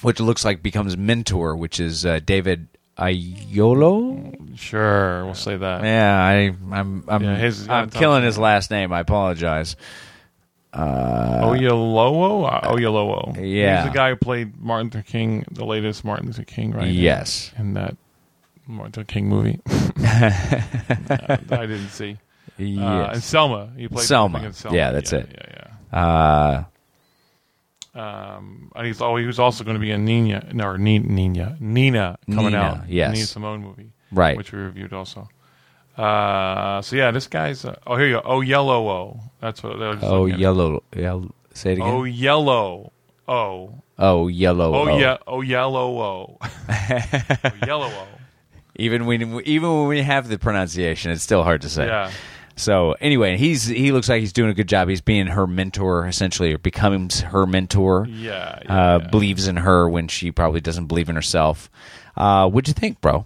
B: which looks like becomes mentor, which is uh, David Ayolo.
D: Sure, we'll say that.
B: Yeah, I, I'm I'm,
D: Yeah, his- uh,
B: I'm killing his last name. I apologize.
D: Oyolowo, Uh, Oyolowo.
B: yeah.
D: he's the guy who played Martin Luther King, the latest Martin Luther King, right?
B: Yes.
D: in that Martin Luther King
B: (laughs)
D: movie. I didn't see. Uh, and
B: Yes.
D: Selma, he played
B: Selma.
D: I think it's
B: Yeah, that's it.
D: Yeah, yeah.
B: Uh,
D: And he's oh, he was also going to be in Nina, no, or Ni- Nina, Nina coming
B: Nina,
D: out.
B: yes.
D: Nina Simone movie,
B: Right.
D: Which we reviewed also. Uh, so yeah, this guy's uh, oh here you go. Oh yellow oh, that's what. That was
B: oh, yellow. yell- say it again.
D: Oh
B: Oh,
D: yellow oh.
B: yellow.
D: Oh, yeah, oh
B: (laughs)
D: yellow oh. oh yellow oh.
B: Even when even when we have the pronunciation, it's still hard to say.
D: Yeah.
B: So anyway, he's he looks like he's doing a good job. He's being her mentor essentially, or becoming her mentor.
D: Yeah, yeah,
B: Uh,
D: yeah.
B: Believes in her when she probably doesn't believe in herself. Uh, what'd you think, bro?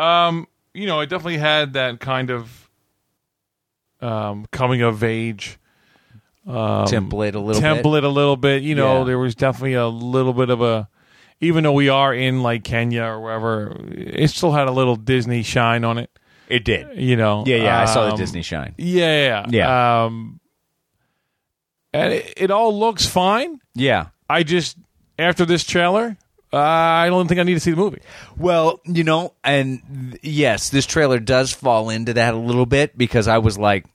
D: Um, you know, it definitely had that kind of um, coming of age
B: template a little bit.
D: Um, template a little bit. You know,
B: Yeah.
D: there was definitely a little bit of a, even though we are in like Kenya or wherever, it still had a little Disney shine on it.
B: It did.
D: You know,
B: Yeah, yeah. I saw the
D: Um,
B: Disney shine.
D: Yeah, yeah,
B: Yeah.
D: Um, and it, it all looks fine.
B: Yeah.
D: I just after this trailer, uh, I don't think I need to see the movie.
B: Well, you know, and th- yes, this trailer does fall into that a little bit because I was like,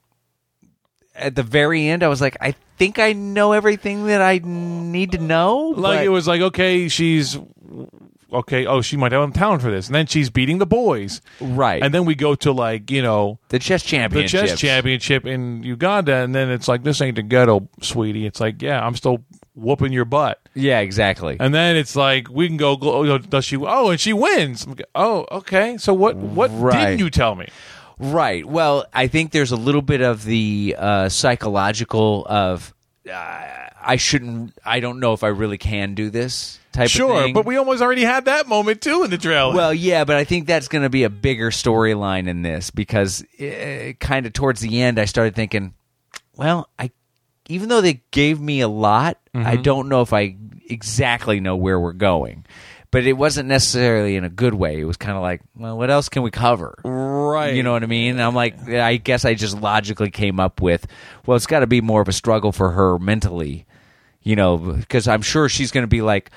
B: at the very end, I was like, I think I know everything that I need to know.
D: Like
B: but-
D: it was like okay, she's okay. Oh, she might have talent for this, and then she's beating the boys,
B: Right.
D: And then we go to like you know
B: the chess
D: the
B: championship.
D: chess championship in Uganda, and then it's like this ain't the ghetto, sweetie. It's like yeah, I'm still whooping your butt,
B: Yeah, exactly.
D: and then it's like we can go. gl- oh, Does she? Oh, and she wins. I'm like, Oh, okay. So what? What
B: Right.
D: did you tell me?
B: Right. Well, I think there's a little bit of the uh, psychological of uh, I shouldn't. I don't know if I really can do this type of
D: Sure,
B: thing.
D: but we almost already had that moment too in the trailer.
B: Well, yeah, but I think that's going to be a bigger storyline in this because uh, kind of towards the end, I started thinking, well, I even though they gave me a lot, I don't know if I exactly know where we're going. But it wasn't necessarily in a good way. It was kind of like, well, what else can we cover?
D: Right.
B: You know what I mean? And I'm like, I guess I just logically came up with, well, it's got to be more of a struggle for her mentally you know, because I'm sure she's going to be like,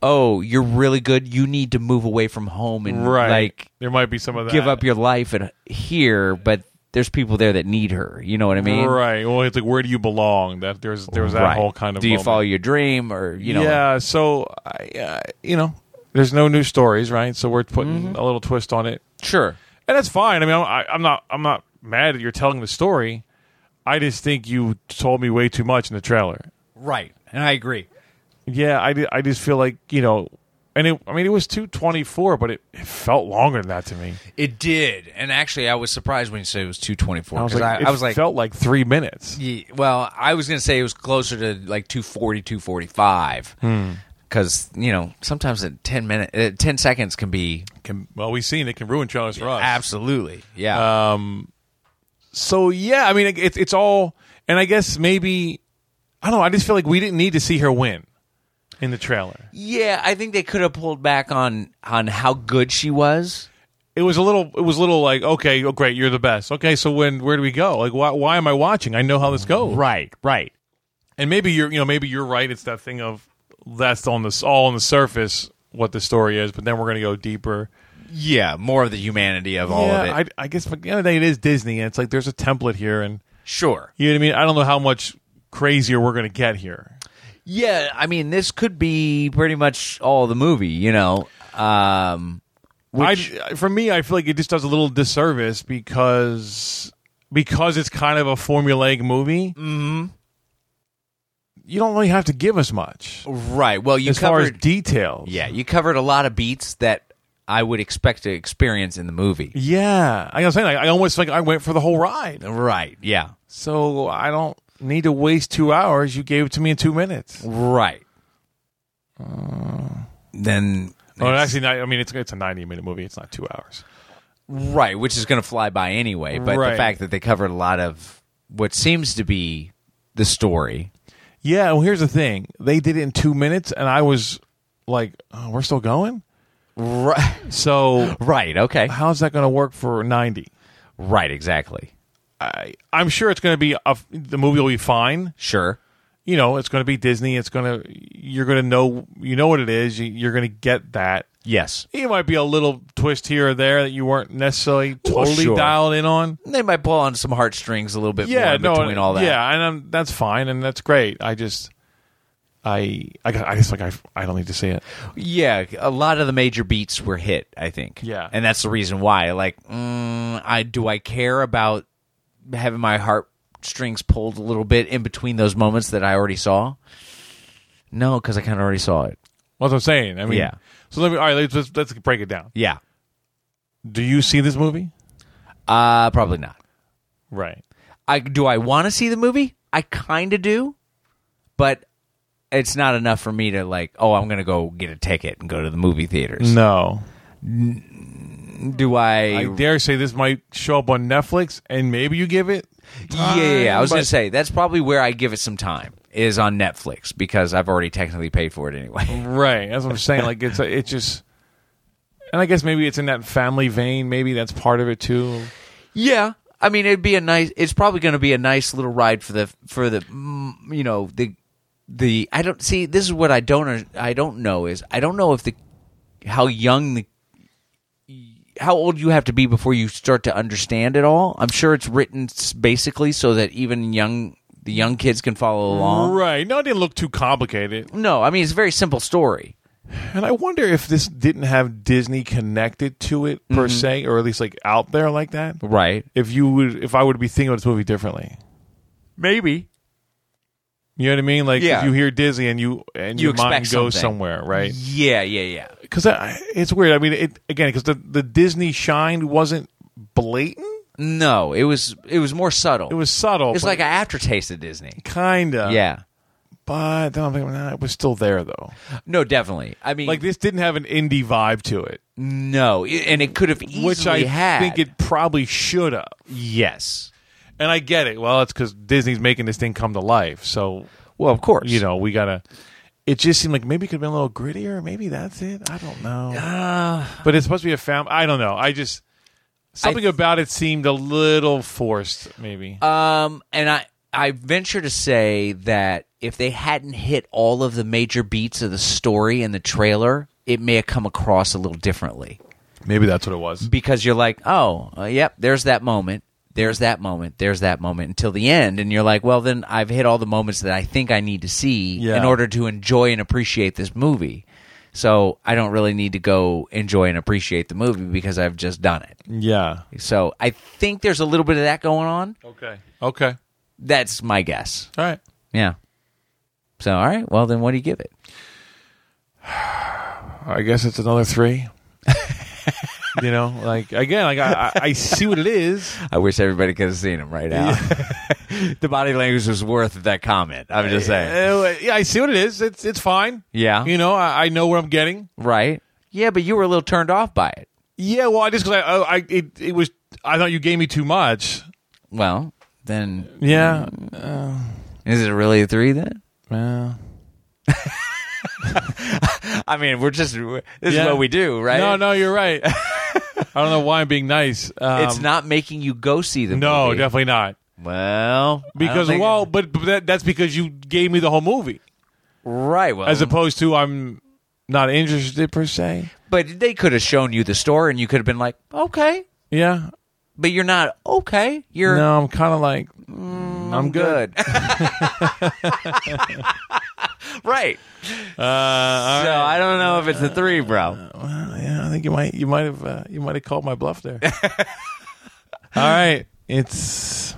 B: "Oh, you're really good. You need to move away from home and
D: right.
B: like
D: there might be some of that.
B: give up your life and here." But there's people there that need her. You know what I mean?
D: right. Well, it's like where do you belong? That there's there was that
B: Right.
D: whole kind of.
B: Do you
D: moment.
B: follow your dream or you know?
D: yeah. So I, uh, you know, there's no new stories, right? So we're putting
B: Mm-hmm.
D: a little twist on it,
B: Sure.
D: and that's fine. I mean, I'm, I, I'm not I'm not mad that you're telling the story. I just think you told me way too much in the trailer.
B: Right. And I agree.
D: Yeah, I, di- I just feel like you know, and it, I mean it was two twenty four, but it, it felt longer than that to me.
B: It did. And actually, I was surprised when you said it was 224.
D: I was
B: 'cause
D: like,
B: I, I was like,
D: felt like three minutes.
B: Ye- well, I was going to say it was closer to like 240, 245. Because, you know, sometimes in 10 minute, uh, 10 seconds can be
D: Can, well, we've seen it can ruin trailers for us.
B: absolutely. Yeah.
D: so yeah, I mean it, it's it's all, and I guess maybe I don't know. I just feel like we didn't need to see her win in the trailer.
B: yeah. I think they could have pulled back on, on how good she was.
D: It was a little, it was a little like okay, oh, great, you're the best. Okay, so when where do we go? Like why why am I watching? I know how this goes.
B: Right. Right.
D: and maybe you're you know maybe you're right it's that thing of that's on this all on the surface what the story is but then we're going to go deeper
B: Yeah. More of the humanity of all of it.
D: I, I guess but at the end of the day it is disney and it's like there's a template here and
B: sure.
D: you know what i mean i don't know how much crazier we're going to get here
B: Yeah. I mean, this could be pretty much all the movie, you know. Um, which,
D: I, for me i feel like it just does a little disservice because because it's kind of a formulaic movie mm-hmm. you don't really have to give us much
B: right. Well, you
D: as far
B: covered.
D: as details
B: Yeah, you covered a lot of beats that I would expect to experience in the movie.
D: yeah i was saying I, I almost like i went for the whole ride
B: Right. Yeah.
D: So I don't need to waste two hours. You gave it to me in two minutes.
B: Right. then
D: Uh, Oh, actually, not, I mean it's it's a ninety minute movie. It's not two hours.
B: right, which is going to fly by anyway. But
D: Right.
B: the fact that they covered a lot of what seems to be the story.
D: Yeah. Well, here's the thing. They did it in two minutes, and I was like, oh, "We're still going."
B: Right.
D: (laughs) So
B: Right. Okay.
D: how's that going to work for ninety?
B: Right. Exactly.
D: I I'm sure it's going to be a, the movie will be fine.
B: Sure.
D: You know, it's going to be Disney. It's going to you're going to know you know what it is. You, you're going to get that.
B: Yes.
D: It might be a little twist here or there that you weren't necessarily
B: Well,
D: totally
B: sure.
D: dialed in on.
B: They might pull on some heartstrings a little bit more in between all that.
D: Yeah, and um, that's fine, and that's great. I just, I, I, got- I just like I, I don't need to see it.
B: Yeah, a lot of the major beats were hit, I think.
D: Yeah.
B: and that's the reason why. Like, mm, I do I care about having my heartstrings pulled a little bit in between those moments that I already saw? No, because I kind of already saw it.
D: Well, That's what I'm saying. I mean,
B: Yeah.
D: So let me. All right, let's let's, let's break it down.
B: Yeah,
D: Do you see this movie?
B: uh, probably not.
D: Right.
B: I do I want to see the movie? I kind of do, but it's not enough for me to like. Oh, I'm gonna go get a ticket and go to the movie theaters.
D: No.
B: Do
D: I
B: I?
D: dare say this might show up on Netflix, and maybe you give it.
B: Yeah, yeah, yeah. I was
D: but-
B: gonna say that's probably where I give it some time is on Netflix because I've already technically paid for it anyway. (laughs)
D: Right. That's what I'm saying. Like it's it's just. And I guess maybe it's in that family vein. Maybe that's part of it too.
B: yeah, I mean it'd be a nice. It's probably gonna be a nice little ride for the for the mm, you know the the I don't see this is what I don't I don't know is I don't know if the how young the how old you have to be before you start to understand it all. I'm sure it's written s- basically so that even young the young kids can follow along.
D: Right. No, it didn't look too complicated.
B: No, I mean it's a very simple story.
D: And I wonder if this didn't have Disney connected to it per se, or at least like out there like that.
B: Right.
D: If you would, if I would be thinking of this movie differently,
B: Maybe.
D: you know what I mean? Like
B: Yeah.
D: if you hear Disney and you and
B: You
D: your mind
B: expect
D: goes
B: something.
D: somewhere, right?
B: Yeah, yeah, yeah.
D: Because it's weird. I mean, it again because the the Disney shine wasn't blatant;
B: No, it was it was more subtle.
D: it was subtle.
B: it's
D: but
B: like an aftertaste of Disney.
D: kinda,
B: yeah.
D: But then I'm thinking, nah, it was still there though.
B: No, definitely. I mean,
D: Like this didn't have an indie vibe to it,
B: no, i- and it could have easily
D: which I
B: had.
D: think it probably should have.
B: yes.
D: And I get it. Well, it's because Disney's making this thing come to life. So,
B: Well, of course.
D: you know, we got to. It just seemed like maybe it could have been a little grittier. Maybe that's it. I don't know. but it's supposed to be a family. I don't know. I just. Something about it seemed a little forced, maybe.
B: Um, and I I venture to say that if they hadn't hit all of the major beats of the story and the trailer, it may have come across a little differently
D: Maybe that's what it was.
B: because you're like, oh, uh, yep, there's that moment, there's that moment, there's that moment until the end, and you're like, well, then I've hit all the moments that I think I need to see
D: Yeah.
B: in order to enjoy and appreciate this movie. So I don't really need to go enjoy and appreciate the movie because I've just done it.
D: Yeah.
B: So I think there's a little bit of that going on.
D: Okay. Okay.
B: That's my guess.
D: All right.
B: Yeah. So all right, well then, what do you give it?
D: I guess it's another three. (laughs) you know, like again, like I, I, I see what it is.
B: I wish everybody could have seen him right now. (laughs) the body language was worth that comment. I'm just saying.
D: Uh, Yeah, I see what it is. It's it's fine.
B: Yeah.
D: You know, I, I know what I'm getting.
B: Right. Yeah, but you were a little turned off by it.
D: Yeah. Well, I just because I, I it, it was I thought you gave me too much.
B: Well, then
D: Yeah.
B: is it really a three then?
D: Well.
B: (laughs) I mean, we're just this
D: Yeah.
B: is what we do, right?
D: No, no, you're right. (laughs) I don't know why I'm being nice. Um,
B: It's not making you go see the
D: No,
B: movie.
D: definitely not.
B: Well, I don't
D: Because
B: think-
D: well, but, but that, that's because you gave me the whole movie,
B: right? Well,
D: as opposed to I'm not interested per se.
B: but they could have shown you the store, and you could have been like, okay,
D: Yeah.
B: but you're not okay. You're
D: No, I'm kind of like I'm good. (laughs)
B: good. right.
D: Uh,
B: so I don't know if it's a three, bro.
D: Yeah, I think you might you might have uh, you might have called my bluff
B: (laughs)
D: there. All right, it's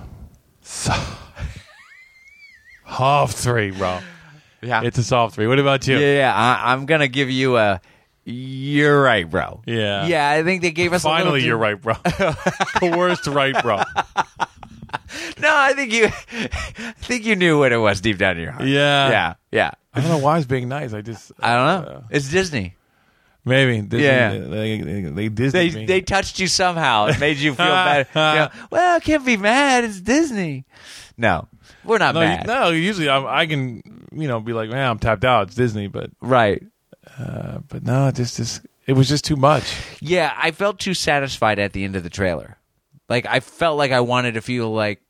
D: so- (laughs) soft three, bro.
B: Yeah.
D: It's a soft three. What about you?
B: Yeah, yeah. I, I'm gonna give you a. You're right, bro.
D: Yeah.
B: yeah. I think they gave us A
D: Finally,
B: little
D: you're right, bro.
B: (laughs)
D: Coerced right, bro.
B: No, I think you. (laughs) I think you knew what it was deep down in your heart.
D: Yeah.
B: yeah, yeah.
D: I don't know why I was being nice. I just
B: I don't know. it's Disney.
D: maybe Disney,
B: Yeah.
D: they, they, they Disney
B: They
D: me.
B: they touched you somehow. It made you
D: (laughs)
B: feel better. Yeah. Well, I can't be mad. It's Disney. No, we're not
D: no, you-
B: mad.
D: no. Usually I, I can you know be like, man, I'm tapped out. It's Disney, but
B: Right.
D: but no, just just it was just too much.
B: Yeah, I felt too satisfied at the end of the trailer. Like I felt like I wanted to feel like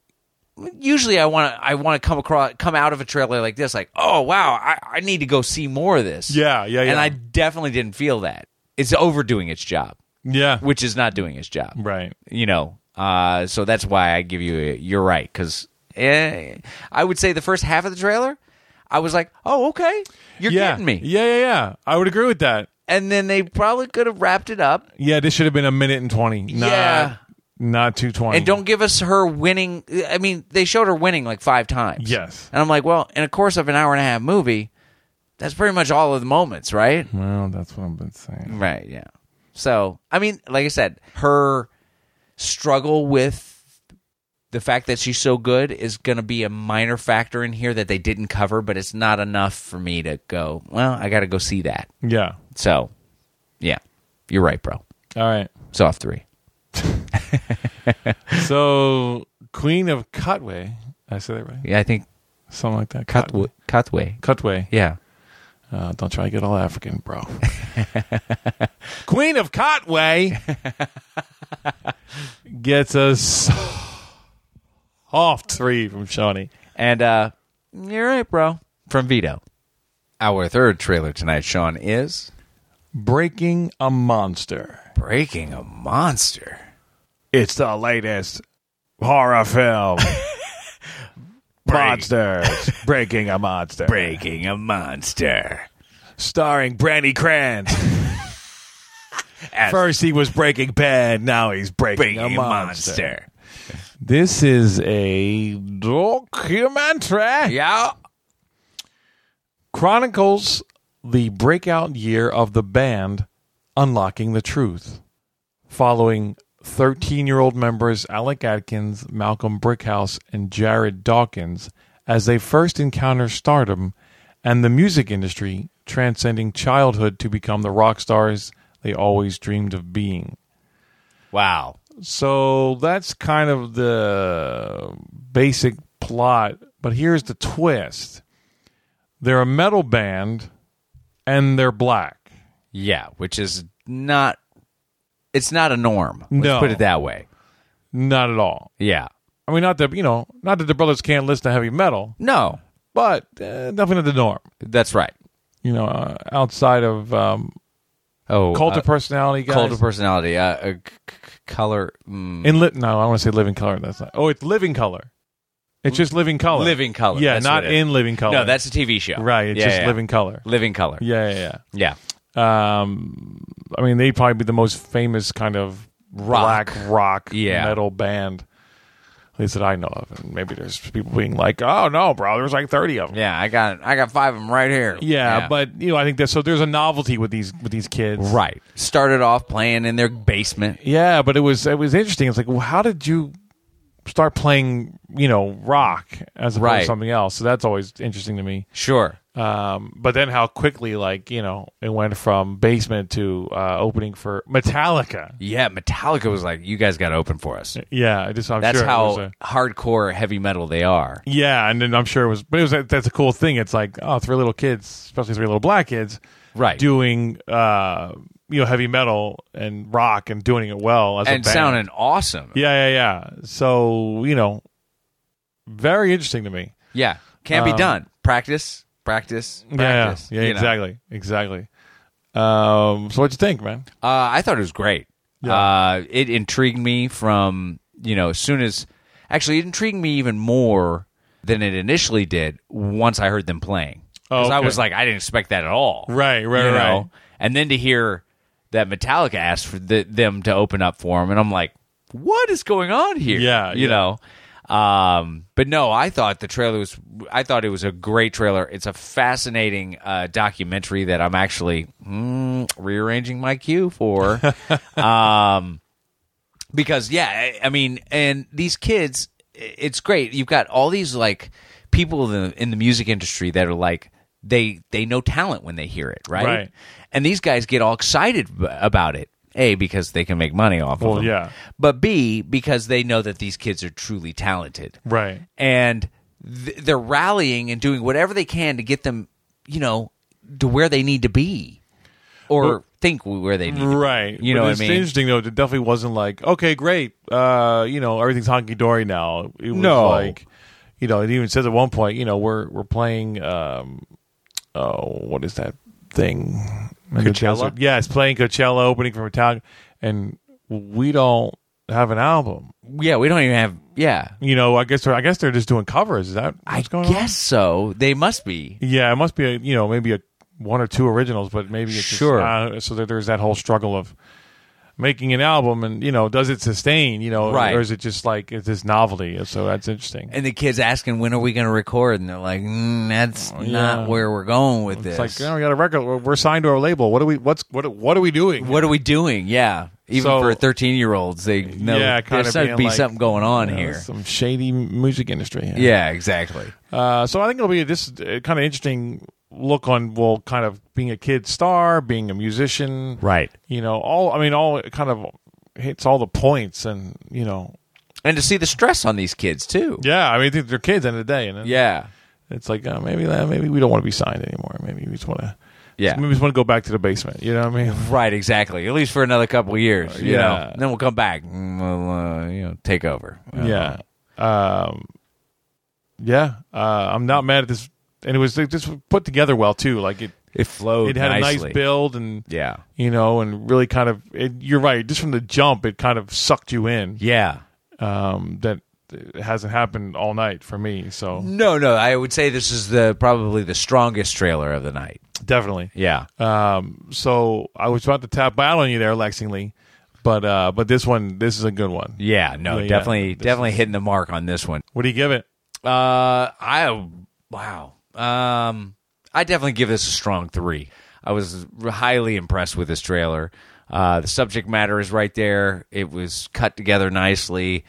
B: usually I want to I want to come across come out of a trailer like this like, "Oh wow, I, I need to go see more of this."
D: Yeah, yeah,
B: And
D: yeah.
B: I definitely didn't feel that. It's overdoing its job,
D: Yeah,
B: which is not doing its job.
D: (laughs) right.
B: You know. Uh so that's why I give you a, you're right cuz eh, I would say the first half of the trailer I was like, "Oh, okay. You're
D: yeah.
B: getting me."
D: Yeah, yeah, yeah. I would agree with that.
B: And then they probably could have wrapped it up
D: Yeah, this should have been a minute and twenty. Not,
B: Yeah.
D: not two twenty.
B: And don't give us her winning. I mean, they showed her winning like five times.
D: Yes.
B: And I'm like, well, in a course of an hour and a half movie, that's pretty much all of the moments, right?
D: Well, that's what I've been saying.
B: Right. Yeah. So, I mean, like I said, her struggle with the fact that she's so good is going to be a minor factor in here that they didn't cover, but it's not enough for me to go, well, I got to go see that.
D: Yeah.
B: So, yeah, you're right, bro.
D: All right.
B: Soft three.
D: So Queen of Cutway. I say that right?
B: Yeah, I think
D: Something like that.
B: Katwe. Katwe.
D: Cutway.
B: Yeah.
D: Uh, don't try to get all African, bro. Queen of Cutway gets a (sighs) soft three from Shawnee.
B: And uh you're right, bro. From Vito. Our third trailer tonight, Sean, is
D: Breaking a monster.
B: Breaking a Monster.
D: It's the latest horror
B: (laughs)
D: film. Monsters breaking a monster.
B: Breaking a Monster.
D: Starring Brandy (laughs) Cran. First he was breaking bad, now he's breaking, a monster. This is a documentary.
B: Yeah.
D: Chronicles the breakout year of the band Unlocking the Truth, following 13 year old members Alec Atkins, Malcolm Brickhouse, and Jared Dawkins as they first encounter stardom and the music industry, transcending childhood to become the rock stars they always dreamed of being.
B: Wow.
D: So that's kind of the basic plot, but here's the twist. They're a metal band and they're black.
B: Yeah, which is not it's not a norm. Let's
D: No.
B: put it that way.
D: Not at all.
B: Yeah.
D: I mean not that you know, not that the brothers can't listen to heavy metal,
B: No.
D: but uh, nothing of the norm.
B: That's right.
D: You know, uh, outside of um,
B: Oh,
D: cult
B: uh,
D: of personality guys.
B: cult of personality. Uh, uh, c- c- color. Mm,
D: In li- no, I want to say living color. That's not. Oh, it's living color. It's just living color.
B: Living Color,
D: Yeah,
B: that's
D: not
B: what it is.
D: in living color.
B: no, that's a TV show.
D: right. It's
B: Yeah,
D: just
B: yeah.
D: living color.
B: Living color.
D: Yeah, yeah, yeah.
B: Yeah.
D: um, I mean, they'd probably be the most famous kind of
B: Rock.
D: black rock
B: Yeah.
D: metal band, at least that I know of. And maybe there's people being like, "Oh no, bro, there's like thirty of them."
B: Yeah, I got I got five of them right here.
D: Yeah, but you know, I think that so there's a novelty with these with these kids,
B: right. Started off playing in their basement.
D: Yeah, but it was it was interesting. It's like, well, how did you start playing? You know, rock as opposed
B: Right.
D: to something else. So that's always interesting to me.
B: Sure.
D: Um, but then how quickly, like you know, it went from basement to uh, opening for Metallica.
B: Yeah, Metallica was like, "You guys got to open for us."
D: Yeah, I just I'm
B: That's
D: sure it
B: how
D: was a-
B: hardcore heavy metal they are.
D: yeah, and then I'm sure it was, but it was that's a cool thing. It's like oh, three little kids, especially three little black kids,
B: Right.
D: Doing uh, you know heavy metal and rock and doing it well as a
B: and
D: band.
B: sounding awesome.
D: yeah, yeah, yeah. So you know, very interesting to me.
B: Yeah. Can be
D: Um,
B: done. Practice, practice,
D: Yeah,
B: practice.
D: yeah, yeah
B: you know.
D: exactly, exactly. Um, so what you think, man?
B: Uh, I thought it was great.
D: Yeah.
B: Uh, it intrigued me from you know as soon as actually it intrigued me even more than it initially did once I heard them playing because
D: Oh,
B: I
D: okay.
B: was like I didn't expect that at all.
D: Right, right,
B: you
D: right.
B: know? And then to hear that Metallica asked for the, them to open up for them, and I'm like, what is going on here?
D: Yeah, yeah.
B: you know. Um, but no, I thought the trailer was. I thought it was a great trailer. It's a fascinating uh, documentary that I'm actually mm, rearranging my
D: (laughs)
B: queue for. um, because yeah, I, I mean, and these kids, i- it's great. You've got all these like people in the, in the music industry that are like they they know talent when they hear it, right?
D: Right.
B: And these guys get all excited b- about it. A because they can make money off
D: Well,
B: of them
D: yeah.
B: but B because they know that these kids are truly talented,
D: Right.
B: And th- they're rallying and doing whatever they can to get them, you know, to where they need to be, or think where they need, to be.
D: Right.
B: You
D: But
B: know what I
D: it's
B: mean?
D: interesting though. It definitely wasn't like okay, great. Uh, you know, everything's honky dory now. It was
B: No.
D: like, you know, it even says at one point, you know, we're we're playing. Um, oh, what is that thing?
B: Coachella?
D: Yeah, it's playing Coachella, opening for Metallica, and we don't have an album.
B: Yeah, we don't even have. Yeah,
D: You know, I guess they're, I guess they're just doing covers. Is that what's
B: I
D: going
B: guess so. They must be.
D: on? Yeah, it must be a you know maybe a one or two originals, but maybe it's
B: Sure.
D: Just, uh, so that there's that whole struggle of making an album and you know does it sustain you know
B: Right.
D: or is it just like it's this novelty so that's interesting
B: And the kids asking, "When are we going to record?" And they're like, mm, "That's not where we're going with
D: Oh, it's
B: this."
D: like oh, we got a record we're, we're signed to our label what are we what's what what are we doing
B: what are we doing? Yeah, even
D: So-
B: for thirteen-year-olds, they know
D: Yeah, kinda
B: there's going to
D: being
B: be
D: like,
B: something going on
D: You know,
B: here.
D: some shady music industry here.
B: yeah, exactly.
D: Uh, so I think it'll be this uh, kind of interesting look on well, kind of being a kid star, being a musician,
B: Right.
D: You know, all I mean, all it kind of hits all the points, and you know,
B: and to see the stress on these kids too.
D: yeah. I mean, they're- they're kids end of the day, and
B: Yeah,
D: it's like uh, maybe that maybe we don't want to be signed anymore. Maybe we just want to,
B: Yeah.
D: maybe we just want to go back to the basement. You know what I mean?
B: right. Exactly. At least for another couple of years. You
D: Yeah.
B: know, And then we'll come back. Mm, We'll uh, you know take over.
D: (laughs)
B: Uh,
D: yeah. Um, yeah. Uh, I'm not mad at this, and it was it just put together well too. Like it,
B: it flowed.
D: it had a
B: nicely.
D: nice build, and
B: Yeah,
D: you know, and really kind of it, you're right. Just from the jump, it kind of sucked you in.
B: yeah.
D: Um, that it hasn't happened all night for me. So
B: No, no. I would say this is the probably the strongest trailer of the night.
D: definitely.
B: Yeah,
D: Um, so I was about to tap out on you there, Lexingly, but uh, but this one, this is a good one.
B: yeah. No,
D: Yeah, yeah.
B: definitely,
D: This
B: definitely hitting the mark on this one.
D: What do you give it?
B: Uh, I wow. Um, I definitely give this a strong three. I was highly impressed with this trailer. Uh, the subject matter is right there. It was cut together nicely.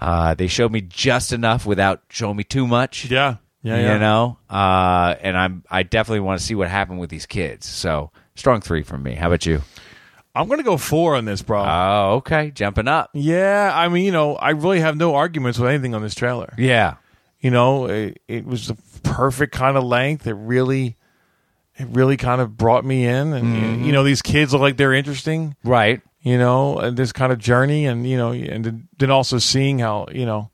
B: Uh, they showed me just enough without showing me too much.
D: Yeah, yeah,
B: you
D: yeah.
B: know. Uh, and I'm I definitely want to see what happened with these kids. So strong three from me. How about you?
D: I'm gonna go four on this, bro.
B: Oh, okay, jumping up.
D: yeah, I mean, you know, I really have no arguments with anything on this trailer.
B: Yeah,
D: You know, it, it was the perfect kind of length. It really, it really kind of brought me in, and you know, these kids look like they're interesting.
B: right.
D: you know, and this kind of journey, and you know, and then also seeing how you know,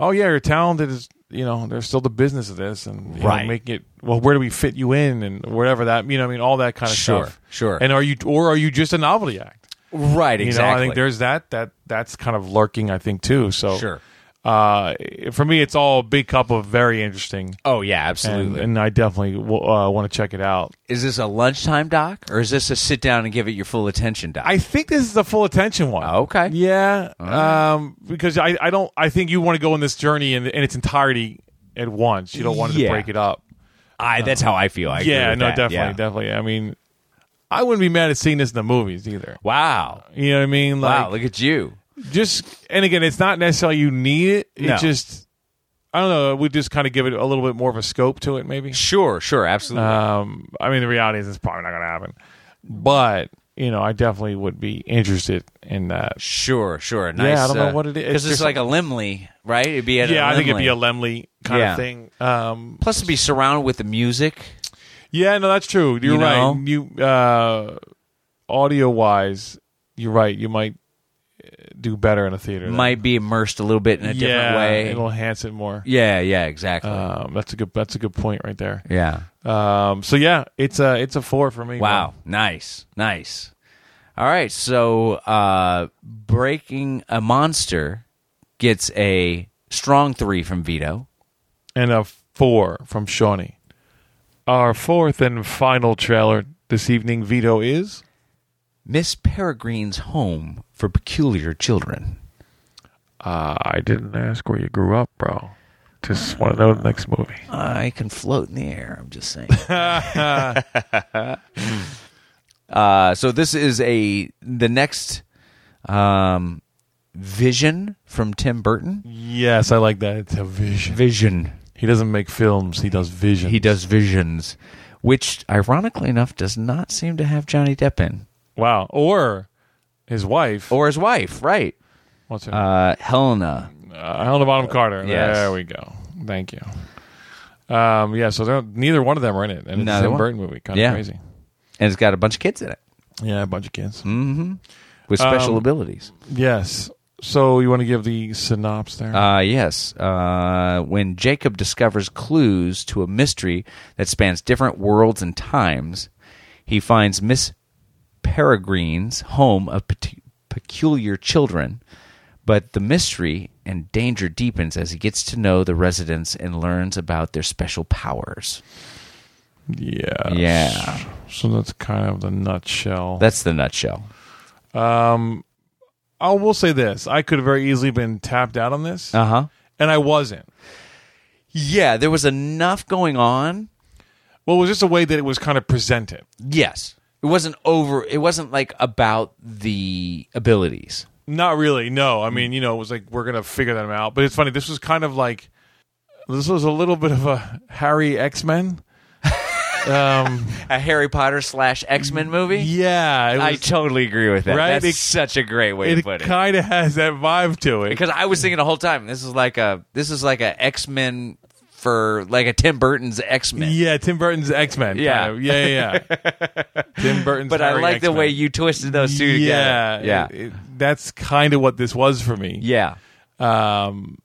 D: oh yeah, you're talented as you know, there's still the business of this and you know,
B: Right.
D: making it, well, where do we fit you in and wherever that, you know, what I mean, all that kind of
B: Sure,
D: stuff.
B: sure.
D: And are you, or are you just a novelty act?
B: Right,
D: You
B: exactly.
D: know, I think there's that, that, that's kind of lurking, I think, too. So,
B: Sure.
D: Uh, for me, it's all a big cup of very interesting.
B: Oh yeah,
D: And,
B: absolutely.
D: and I definitely w- uh, want to check it out.
B: is this a lunchtime doc or is this a sit down and give it your full attention doc?
D: I think this is a full attention one.
B: Okay.
D: Yeah. Um, because I, I don't I think you want to go on this journey in, in its entirety at once. You don't want
B: Yeah.
D: to break it up.
B: I that's how I feel. I agree
D: yeah.
B: with
D: No.
B: that,
D: definitely.
B: yeah.
D: Definitely. I mean, I wouldn't be mad at seeing this in the movies either.
B: Wow.
D: You know what I mean? Like,
B: wow, look at you.
D: just and again, it's not necessarily you need it. It
B: No.
D: just I don't know. We just kind of give it a little bit more of a scope to it, maybe.
B: Sure, sure, absolutely.
D: Um, I mean, the reality is it's probably not going to happen. But you know, I definitely would be interested in that.
B: sure, sure. Nice.
D: I don't know
B: uh,
D: what it is.
B: Because
D: It's
B: it's
D: just-
B: like a limley, right? It'd be at a
D: yeah, I think it'd
B: Limley.
D: be a Lemley kind
B: Yeah.
D: of thing. Um,
B: Plus, to be surrounded with the music.
D: yeah, no, that's true. You're
B: You know?
D: right. You uh, audio wise, you're right. You might uh, do better in a theater. than-
B: might be immersed a little bit in a different
D: yeah,
B: way.
D: It'll enhance it more.
B: Yeah, yeah, exactly.
D: Um, that's a good. That's a good point right there.
B: yeah.
D: Um, so yeah, it's a it's a four for me.
B: Wow.
D: man.
B: Nice. Nice. All right. So, uh, Breaking a Monster gets a strong three from Vito.
D: and a four from Shawnee. Our fourth and final trailer this evening, Vito is.
B: Miss Peregrine's Home for Peculiar Children.
D: Uh, I didn't ask where you grew up, bro. Just want to know the next movie.
B: I can float in the air. I'm just saying. (laughs) uh, so this is a the next um, Vision from Tim Burton.
D: Yes, I like that. It's a vision.
B: Vision.
D: He doesn't make films; he does vision.
B: He does visions, which ironically enough does not seem to have Johnny Depp in
D: Wow. Or his wife.
B: or his wife, right?
D: What's her name?
B: Uh, Helena.
D: Uh, Helena Bonham Carter.
B: yes.
D: There we go. Thank you. Um, yeah. So they're- neither one of them are in it, and it's
B: Neither
D: a Tim
B: one.
D: Burton movie. Kind of
B: Yeah.
D: crazy.
B: And it's got a bunch of kids in it
D: Yeah, a bunch of kids.
B: Mm. with special
D: Um,
B: abilities.
D: Yes. So you want to give the synopsis there?
B: Uh, yes. Uh, when Jacob discovers clues to a mystery that spans different worlds and times, he finds Miss Peregrine's home of pet- peculiar children. But the mystery and danger deepens as he gets to know the residents and learns about their special powers.
D: yeah.
B: Yeah.
D: So that's kind of the nutshell.
B: That's the nutshell.
D: I will say this: I could have very easily been tapped out on this,
B: Uh huh.
D: and I wasn't.
B: Yeah, there was enough going on.
D: Well, it was just a way that it was kind of presented.
B: Yes. It wasn't over, it wasn't like about the abilities.
D: Not really. No, I mean, you know, it was like we're gonna figure them out. But it's funny. This was kind of like this was a little bit of a Harry X Men. um,
B: a Harry Potter slash X Men movie.
D: yeah, it
B: I
D: was,
B: totally agree with that.
D: Right?
B: That's
D: It-
B: such a great way to
D: it
B: put it.
D: kind of has that vibe to it.
B: because I was thinking the whole time, this is like a this is like a X Men for like a Tim Burton's X Men.
D: yeah, Tim Burton's X Men.
B: Yeah.
D: yeah, yeah. (laughs) yeah. Tim Burton's.
B: But I
D: Harry
B: like the
D: X-Men.
B: way you twisted those two
D: Yeah,
B: together. Yeah,
D: it- it- that's kind of what this was for me.
B: yeah,
D: Um,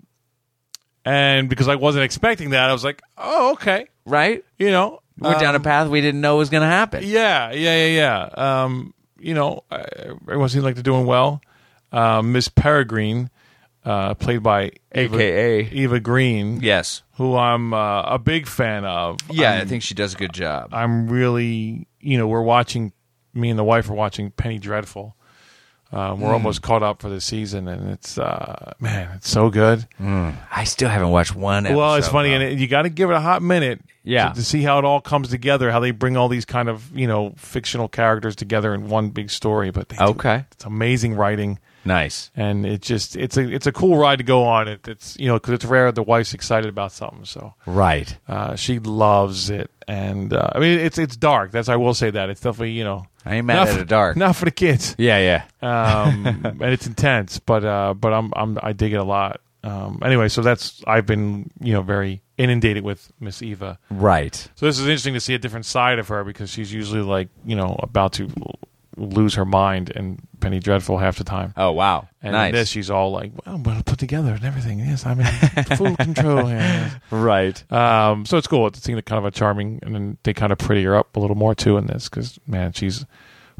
D: and because I wasn't expecting that, I was like, oh, okay.
B: right.
D: You know,
B: We're down a
D: um,
B: path we didn't know was going to happen.
D: Yeah, yeah, yeah, yeah. Um, you know, uh, everyone seems like they're doing well. Um, Miss Peregrine, uh, played by Eva-
B: AKA.
D: Eva Green,
B: Yes. Um,
D: who I'm uh, a big fan of.
B: Yeah, i
D: I'm,
B: think she does a good job.
D: I'm really, you know, we're watching. Me and the wife are watching Penny Dreadful. Um,
B: Mm.
D: we're almost caught up for the season, and it's uh, man, it's so good.
B: I still haven't watched one. Episode,
D: Well, it's funny,
B: though.
D: and it, you got to give it a hot minute,
B: Yeah.
D: to, to see how it all comes together, how they bring all these kind of you know fictional characters together in one big story. But they do-
B: Okay.
D: it's amazing writing,
B: nice.
D: and it just it's a it's a cool ride to go on. It, it's you know because it's rare the wife's excited about something, so
B: Right.
D: uh, she loves it. And uh, I mean, it's it's dark. That's I will say that it's definitely you know
B: I ain't mad
D: not
B: at
D: for-
B: it dark.
D: (laughs) not for the kids,
B: Yeah, yeah.
D: um, and it's intense. But uh, but I'm I'm I dig it a lot. Um, anyway, so that's I've been you know very inundated with Miss Eva.
B: Right.
D: So this is interesting to see a different side of her because she's usually like you know about to l- lose her mind and Penny Dreadful half the time.
B: Oh wow,
D: And in
B: nice.
D: this, she's all like, well, I'm going to put together and everything. Yes, I'm in full control here. Yes.
B: right.
D: Um, so it's cool. It's seen kind of a charming, and then they kind of pretty her up a little more too in this because man, she's,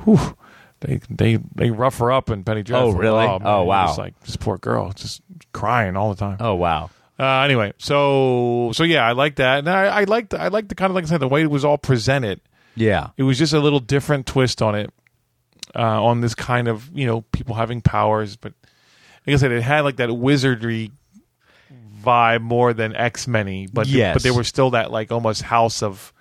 D: whew, they they they rough her up in Penny Dreadful.
B: Oh, really?
D: man,
B: Oh, wow.
D: It's like this poor girl, just crying all the time.
B: Oh wow.
D: Uh, anyway, so so yeah, I like that, and I, I liked I liked the kind of like I said the way it was all presented.
B: Yeah.
D: It was just a little different twist on it, uh, on this kind of you know people having powers, but like I said, it had like that wizardry vibe more than X Men, but
B: Yes.
D: but there was still that like almost house of.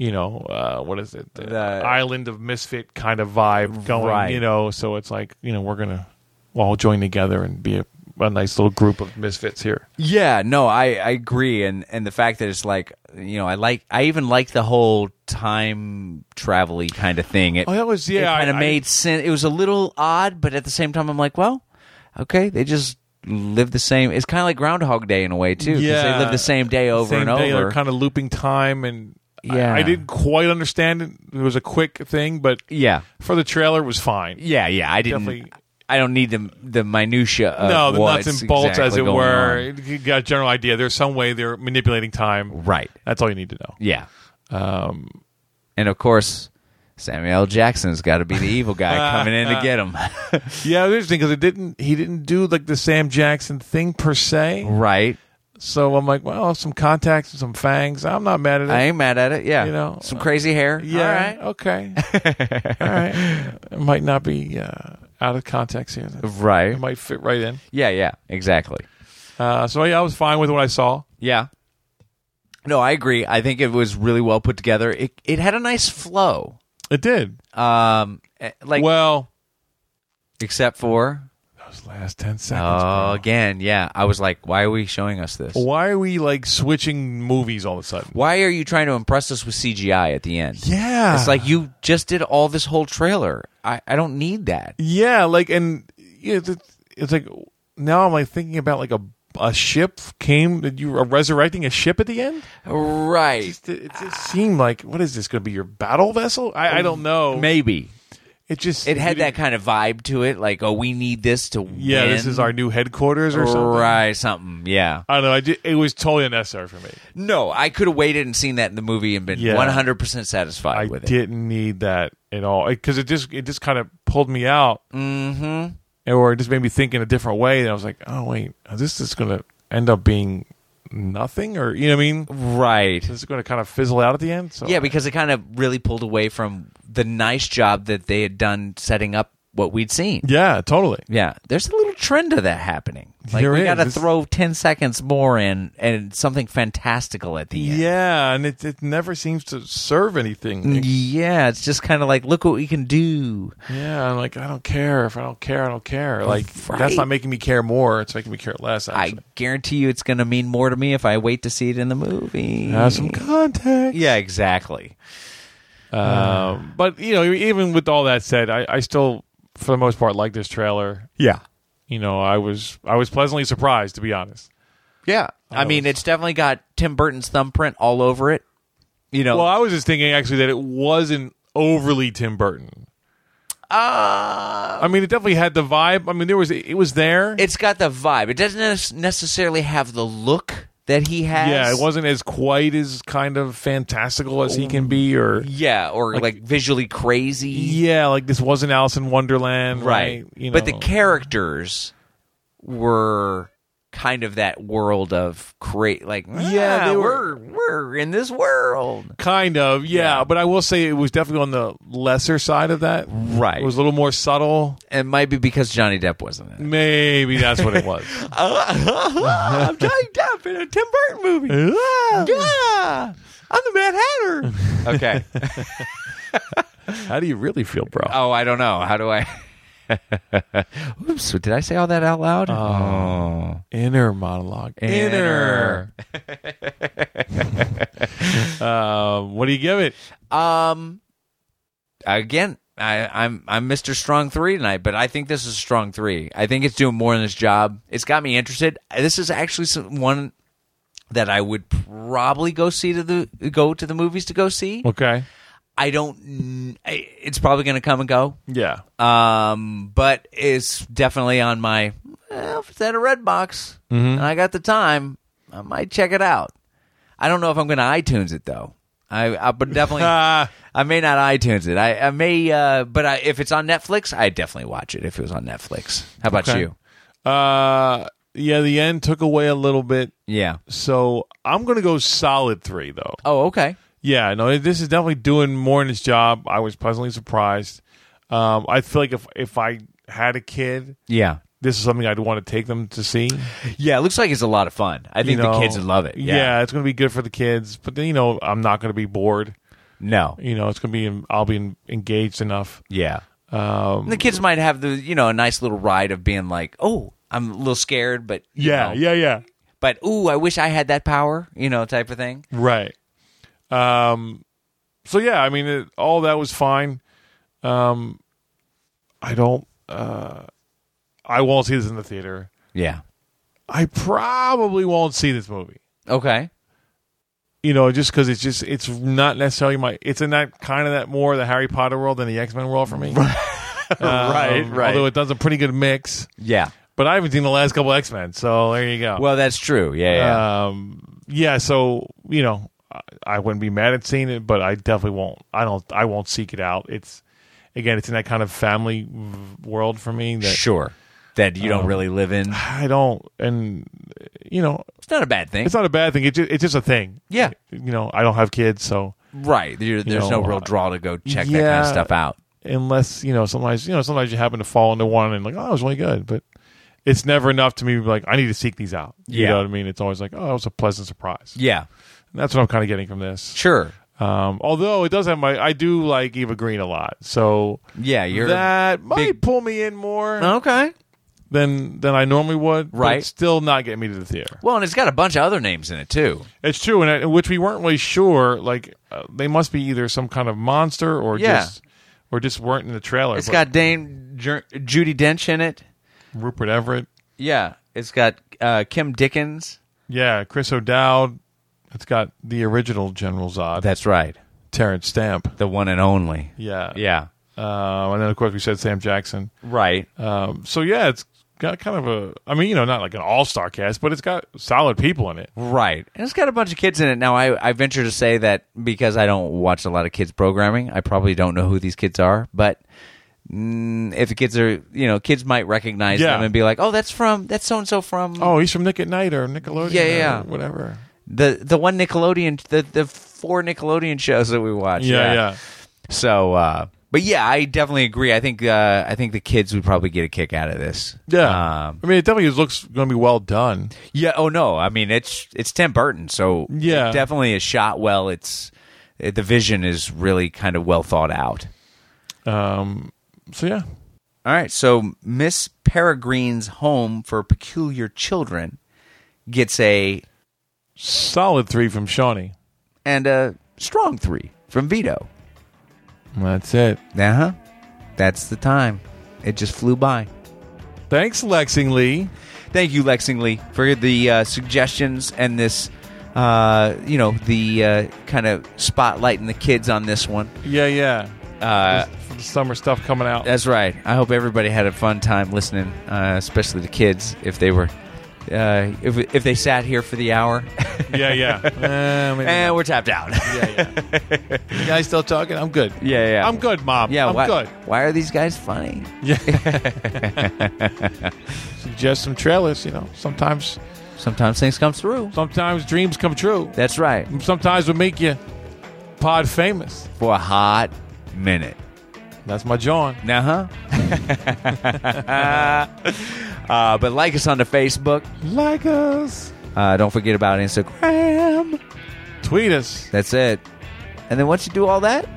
D: You know uh, what is it? The
B: The-
D: island of misfit kind of vibe going.
B: Right.
D: You know, so it's like you know we're gonna all join together and be a, a nice little group of misfits here.
B: Yeah, no, I, I agree, and and the fact that it's like you know I like I even like the whole time travel y kind of thing. It,
D: Oh, that was- yeah,
B: It kind of
D: I-
B: made sense. It was a little odd, but at the same time, I'm like, well, okay, they just live the same. It's kind of like Groundhog Day in a way too. 'cause they live the same day over
D: Same
B: and
D: day,
B: over.
D: They're kind of looping time, and I-
B: Yeah.
D: I, didn't quite understand it. It was a quick thing, but
B: yeah,
D: for the trailer, it was fine.
B: yeah, yeah. I didn't.
D: Definitely-
B: I don't need the the minutia. Of
D: no, the
B: what's
D: nuts and bolts, as
B: exactly
D: it
B: going
D: were.
B: on.
D: You got a general idea. There's some way they're manipulating time.
B: Right.
D: That's all you need to know.
B: Yeah. Um, and of course, Samuel L. Jackson's got to be the evil guy coming in to
D: (laughs)
B: get him.
D: Yeah, it was interesting because it didn't. He didn't do like the Sam Jackson thing per se.
B: right.
D: So I'm like, well, some contacts, and some fangs. I'm not mad at it.
B: I ain't mad at it. Yeah.
D: You know,
B: some
D: uh,
B: crazy hair. All
D: yeah.
B: right. (laughs)
D: Okay. all right. It might not be uh, out of context here.
B: Right.
D: It might fit right in.
B: Yeah, yeah. Exactly.
D: Uh, so yeah, I was fine with what I saw.
B: Yeah. No, I agree. I think it was really well put together. It it had a nice flow.
D: It did.
B: Um eh, like
D: well,
B: except for
D: those last ten seconds.
B: Oh,
D: bro.
B: again, yeah. I was like, why are we showing us this?
D: Why are we like switching movies all of a sudden?
B: Why are you trying to impress us with CGI at the end?
D: Yeah,
B: It's like you just did all this whole trailer. I, I don't need that.
D: yeah, like and yeah, it's, it's like now I'm like thinking about like a a ship came that you are resurrecting a ship at the end.
B: Right.
D: It, it just
B: Ah.
D: seemed like what is this going to be your battle vessel? I, I don't know.
B: Maybe.
D: It just
B: It had that kind of vibe to it, like, oh, we need this to win.
D: Yeah, this is our new headquarters or something.
B: Right, something, yeah.
D: I don't know. I ju- it was totally unnecessary for me.
B: No, I could have waited and seen that in the movie and been
D: Yeah.
B: 100% satisfied
D: I
B: with it.
D: didn't need that at all because it just it just kind of pulled me out, mm-hmm. or it just made me think in a different way. And I was like, oh wait, this is going to end up being nothing, or you know what I mean?
B: Right.
D: This is going to kind of fizzle out at the end. So
B: Yeah, because it kind of really pulled away from the nice job that they had done setting up what we'd seen.
D: yeah, totally.
B: Yeah, there's a little trend of that happening. Like
D: There
B: we
D: is.
B: got to
D: This-
B: throw ten seconds more in and something fantastical at the
D: Yeah,
B: end.
D: and it it never seems to serve anything.
B: Mm. Yeah, it's just kind of like look what we can do.
D: Yeah, I'm like I don't care if I don't care, I don't care. Like
B: Right.
D: that's not making me care more; it's making me care less.
B: I
D: Actually,
B: guarantee you, it's going to mean more to me if I wait to see it in the movie.
D: have some context.
B: yeah, exactly.
D: Um, but you know, even with all that said, I, I still, for the most part, like this trailer.
B: Yeah,
D: You know, I was I was pleasantly surprised, to be honest.
B: yeah. I mean, it's definitely got Tim Burton's thumbprint all over it. You know,
D: Well, I was just thinking actually that it wasn't overly Tim Burton. Uh, I mean, it definitely had the vibe. I mean, there was it was there.
B: it's got the vibe. It doesn't nes- necessarily have the look that he has.
D: yeah, it wasn't as quite as kind of fantastical as he can be, or
B: Yeah, or like, visually crazy.
D: yeah, like this wasn't Alice in Wonderland, right?
B: right
D: You know,
B: but the characters were kind of that world of create like yeah
D: they were-
B: we're we're in this world
D: kind of, yeah,
B: Yeah.
D: But I will say it was definitely on the lesser side of that.
B: Right.
D: it was a little more subtle.
B: it might be because johnny depp wasn't in it
D: Maybe that's what it was.
B: (laughs) i'm johnny depp in a tim burton (laughs) movie yeah i'm the mad hatter okay
D: How do you really feel, bro?
B: oh i don't know how do i (laughs) oops did i say all that out loud oh
D: Inner monologue.
B: Inner.
D: Uh, what do you give it?
B: um again I, I'm I'm Mr. Strong Three tonight, but I think this is Strong Three. I think it's doing more than its job. It's got me interested. This is actually some, one that I would probably go see to the go to the movies to go see.
D: Okay.
B: I don't. kn- I- It's probably going to come and go.
D: Yeah.
B: Um, but it's definitely on my. Well, if it's at a red box and I got the time, I might check it out. I don't know if I'm going to iTunes it though. I, I but definitely,
D: (laughs) Ah.
B: I may not iTunes it. I, I may, uh, but I, if it's on Netflix, I definitely watch it. If it was on Netflix, how about
D: Okay.
B: you?
D: Uh, yeah, the end took away a little bit.
B: Yeah.
D: So I'm going to go solid three, though.
B: Oh, okay.
D: Yeah, no, this is definitely doing more in its job. I was pleasantly surprised. Um, I feel like if if I had a kid,
B: Yeah.
D: this is something I'd want to take them to see.
B: Yeah, it looks like it's a lot of fun. I
D: you
B: think
D: know?
B: the kids would love it. Yeah.
D: it's going to be good for the kids. But then you know, I'm not going to be bored.
B: No.
D: You know, it's going to be I'll be en- engaged enough.
B: Yeah. Um, the kids might have the you know a nice little ride of being like, oh, I'm a little scared, but you know,
D: yeah, yeah.
B: But ooh, I wish I had that power, you know, type of thing.
D: Right. Um. So yeah, I mean, it, all that was fine. Um. I don't. Uh. I won't see this in the theater.
B: Yeah.
D: I probably won't see this movie.
B: Okay.
D: You know, just because it's just it's not necessarily my. It's in that kind of that more the Harry Potter world than the X Men world for (laughs) me. right.
B: right.
D: Although it does a pretty good mix.
B: Yeah.
D: But I haven't seen the last couple X Men, so there you go.
B: Well, that's true. Yeah. Yeah.
D: um, yeah. So you know, I, I wouldn't be mad at seeing it, but I definitely won't. I don't. I won't seek it out. It's again, it's in that kind of family v- world for me that
B: sure. That you don't really live in.
D: I don't. And you know,
B: It's not a bad thing.
D: it's not a bad thing. It ju- it's just a thing.
B: Yeah.
D: You know, I don't have kids, so
B: right. There- there's
D: know,
B: no real
D: uh,
B: draw to go check that kind
D: yeah.
B: of stuff out.
D: unless you know, sometimes you know, sometimes you happen to fall into one and like, oh, it was really good, but. It's never enough to me. to be Like I need to seek these out. You
B: Yeah.
D: know what I mean. It's always like, oh, it was a pleasant surprise.
B: Yeah.
D: And that's what I'm kind of getting from this.
B: Sure.
D: Um, although it does have my, I do like Eva Green a lot, so
B: Yeah. You're
D: that might
B: big-
D: pull me in more
B: okay.
D: than than I normally would. but
B: Right.
D: it's still not getting me to the theater.
B: Well, and it's got a bunch of other names in it too.
D: It's true, and I, which we weren't really sure. Like uh, they must be either some kind of monster or
B: Yeah.
D: just or just weren't in the trailer.
B: It's
D: but
B: got Dame Jer- Judy Dench in it.
D: Rupert Everett,
B: Yeah, it's got uh, Kim Dickens.
D: yeah, Chris O'Dowd. It's got the original General Zod,
B: That's right,
D: Terrence Stamp.
B: the one and only.
D: Yeah,
B: Yeah,
D: Uh, and then of course we said Sam Jackson.
B: right.
D: Um, so yeah, it's got kind of a. I mean, you know, not like an all-star cast, but it's got solid people in it.
B: Right. And it's got a bunch of kids in it. Now, I, I venture to say that because I don't watch a lot of kids programming, I probably don't know who these kids are. But mm, if the kids are, you know, kids might recognize
D: Yeah.
B: them and be like, oh, that's from, that's so and so from
D: Oh, he's from Nick at Night or Nickelodeon.
B: Yeah,
D: or
B: yeah.
D: whatever.
B: the, the one Nickelodeon, the, the four Nickelodeon shows that we watch.
D: Yeah, yeah.
B: So, uh, but yeah, I definitely agree. I think, uh, I think the kids would probably get a kick out of this.
D: Yeah.
B: Um,
D: I mean, it definitely looks going to be well done.
B: Yeah. Oh no. I mean, it's it's Tim Burton, so
D: Yeah.
B: it definitely is shot well. It's it, the vision is really kind of well thought out.
D: Um, so yeah,
B: All right. So Miss Peregrine's Home for Peculiar Children gets a
D: solid three from Shawnee.
B: and a strong three from Vito.
D: That's it.
B: Uh huh. That's the time. It just flew by.
D: Thanks, Lexingly.
B: Thank you, Lexingly, for the uh, suggestions and this. Uh, you know the uh, kind of spotlighting the kids on this one.
D: Yeah, yeah.
B: Uh,
D: Just for the summer stuff coming (laughs) out.
B: That's right. I hope everybody had a fun time listening, uh, especially the kids, if they were, uh, if, if they sat here for the hour.
D: yeah, (laughs) yeah. Uh, maybe
B: and
D: not.
B: we're tapped (laughs) out.
D: yeah, yeah. you guys still talking? I'm good.
B: Yeah, yeah.
D: I'm good, Mom.
B: yeah,
D: I'm
B: why,
D: good.
B: why are these guys funny?
D: Suggest some trailers. You know, sometimes,
B: Sometimes things come through.
D: sometimes dreams come true.
B: That's right.
D: sometimes would make you pod famous.
B: For a hot minute.
D: That's my John.
B: Uh huh. (laughs) uh, but like us on the Facebook.
D: Like us.
B: Uh, don't forget about Instagram.
D: Tweet us.
B: That's it. And then once you do all that,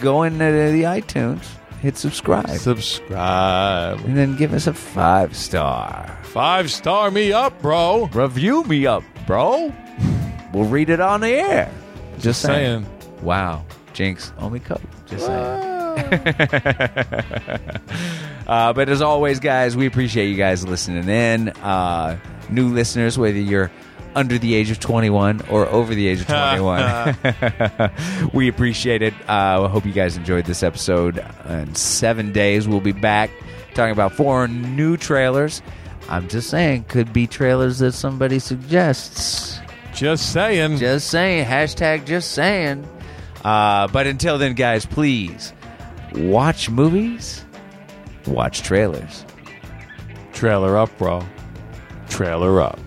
B: go into the iTunes, hit subscribe.
D: Subscribe.
B: and then give us a five star.
D: Five star me up, bro.
B: Review me up, bro. We'll read it on the air. Just, saying.
D: Saying.
B: Wow. Jinx, Omi Coke. Just saying. (laughs) uh, but as always, guys, we appreciate you guys listening in. Uh, new listeners, whether you're under the age of 21 or over the age of 21. (laughs) we appreciate it. Uh, I hope you guys enjoyed this episode. In seven days, we'll be back talking about four new trailers. I'm just saying, could be trailers that somebody suggests.
D: Just saying.
B: Just saying. Hashtag just saying. Uh, but until then, guys, please watch movies, watch trailers.
D: trailer up, bro. Trailer up.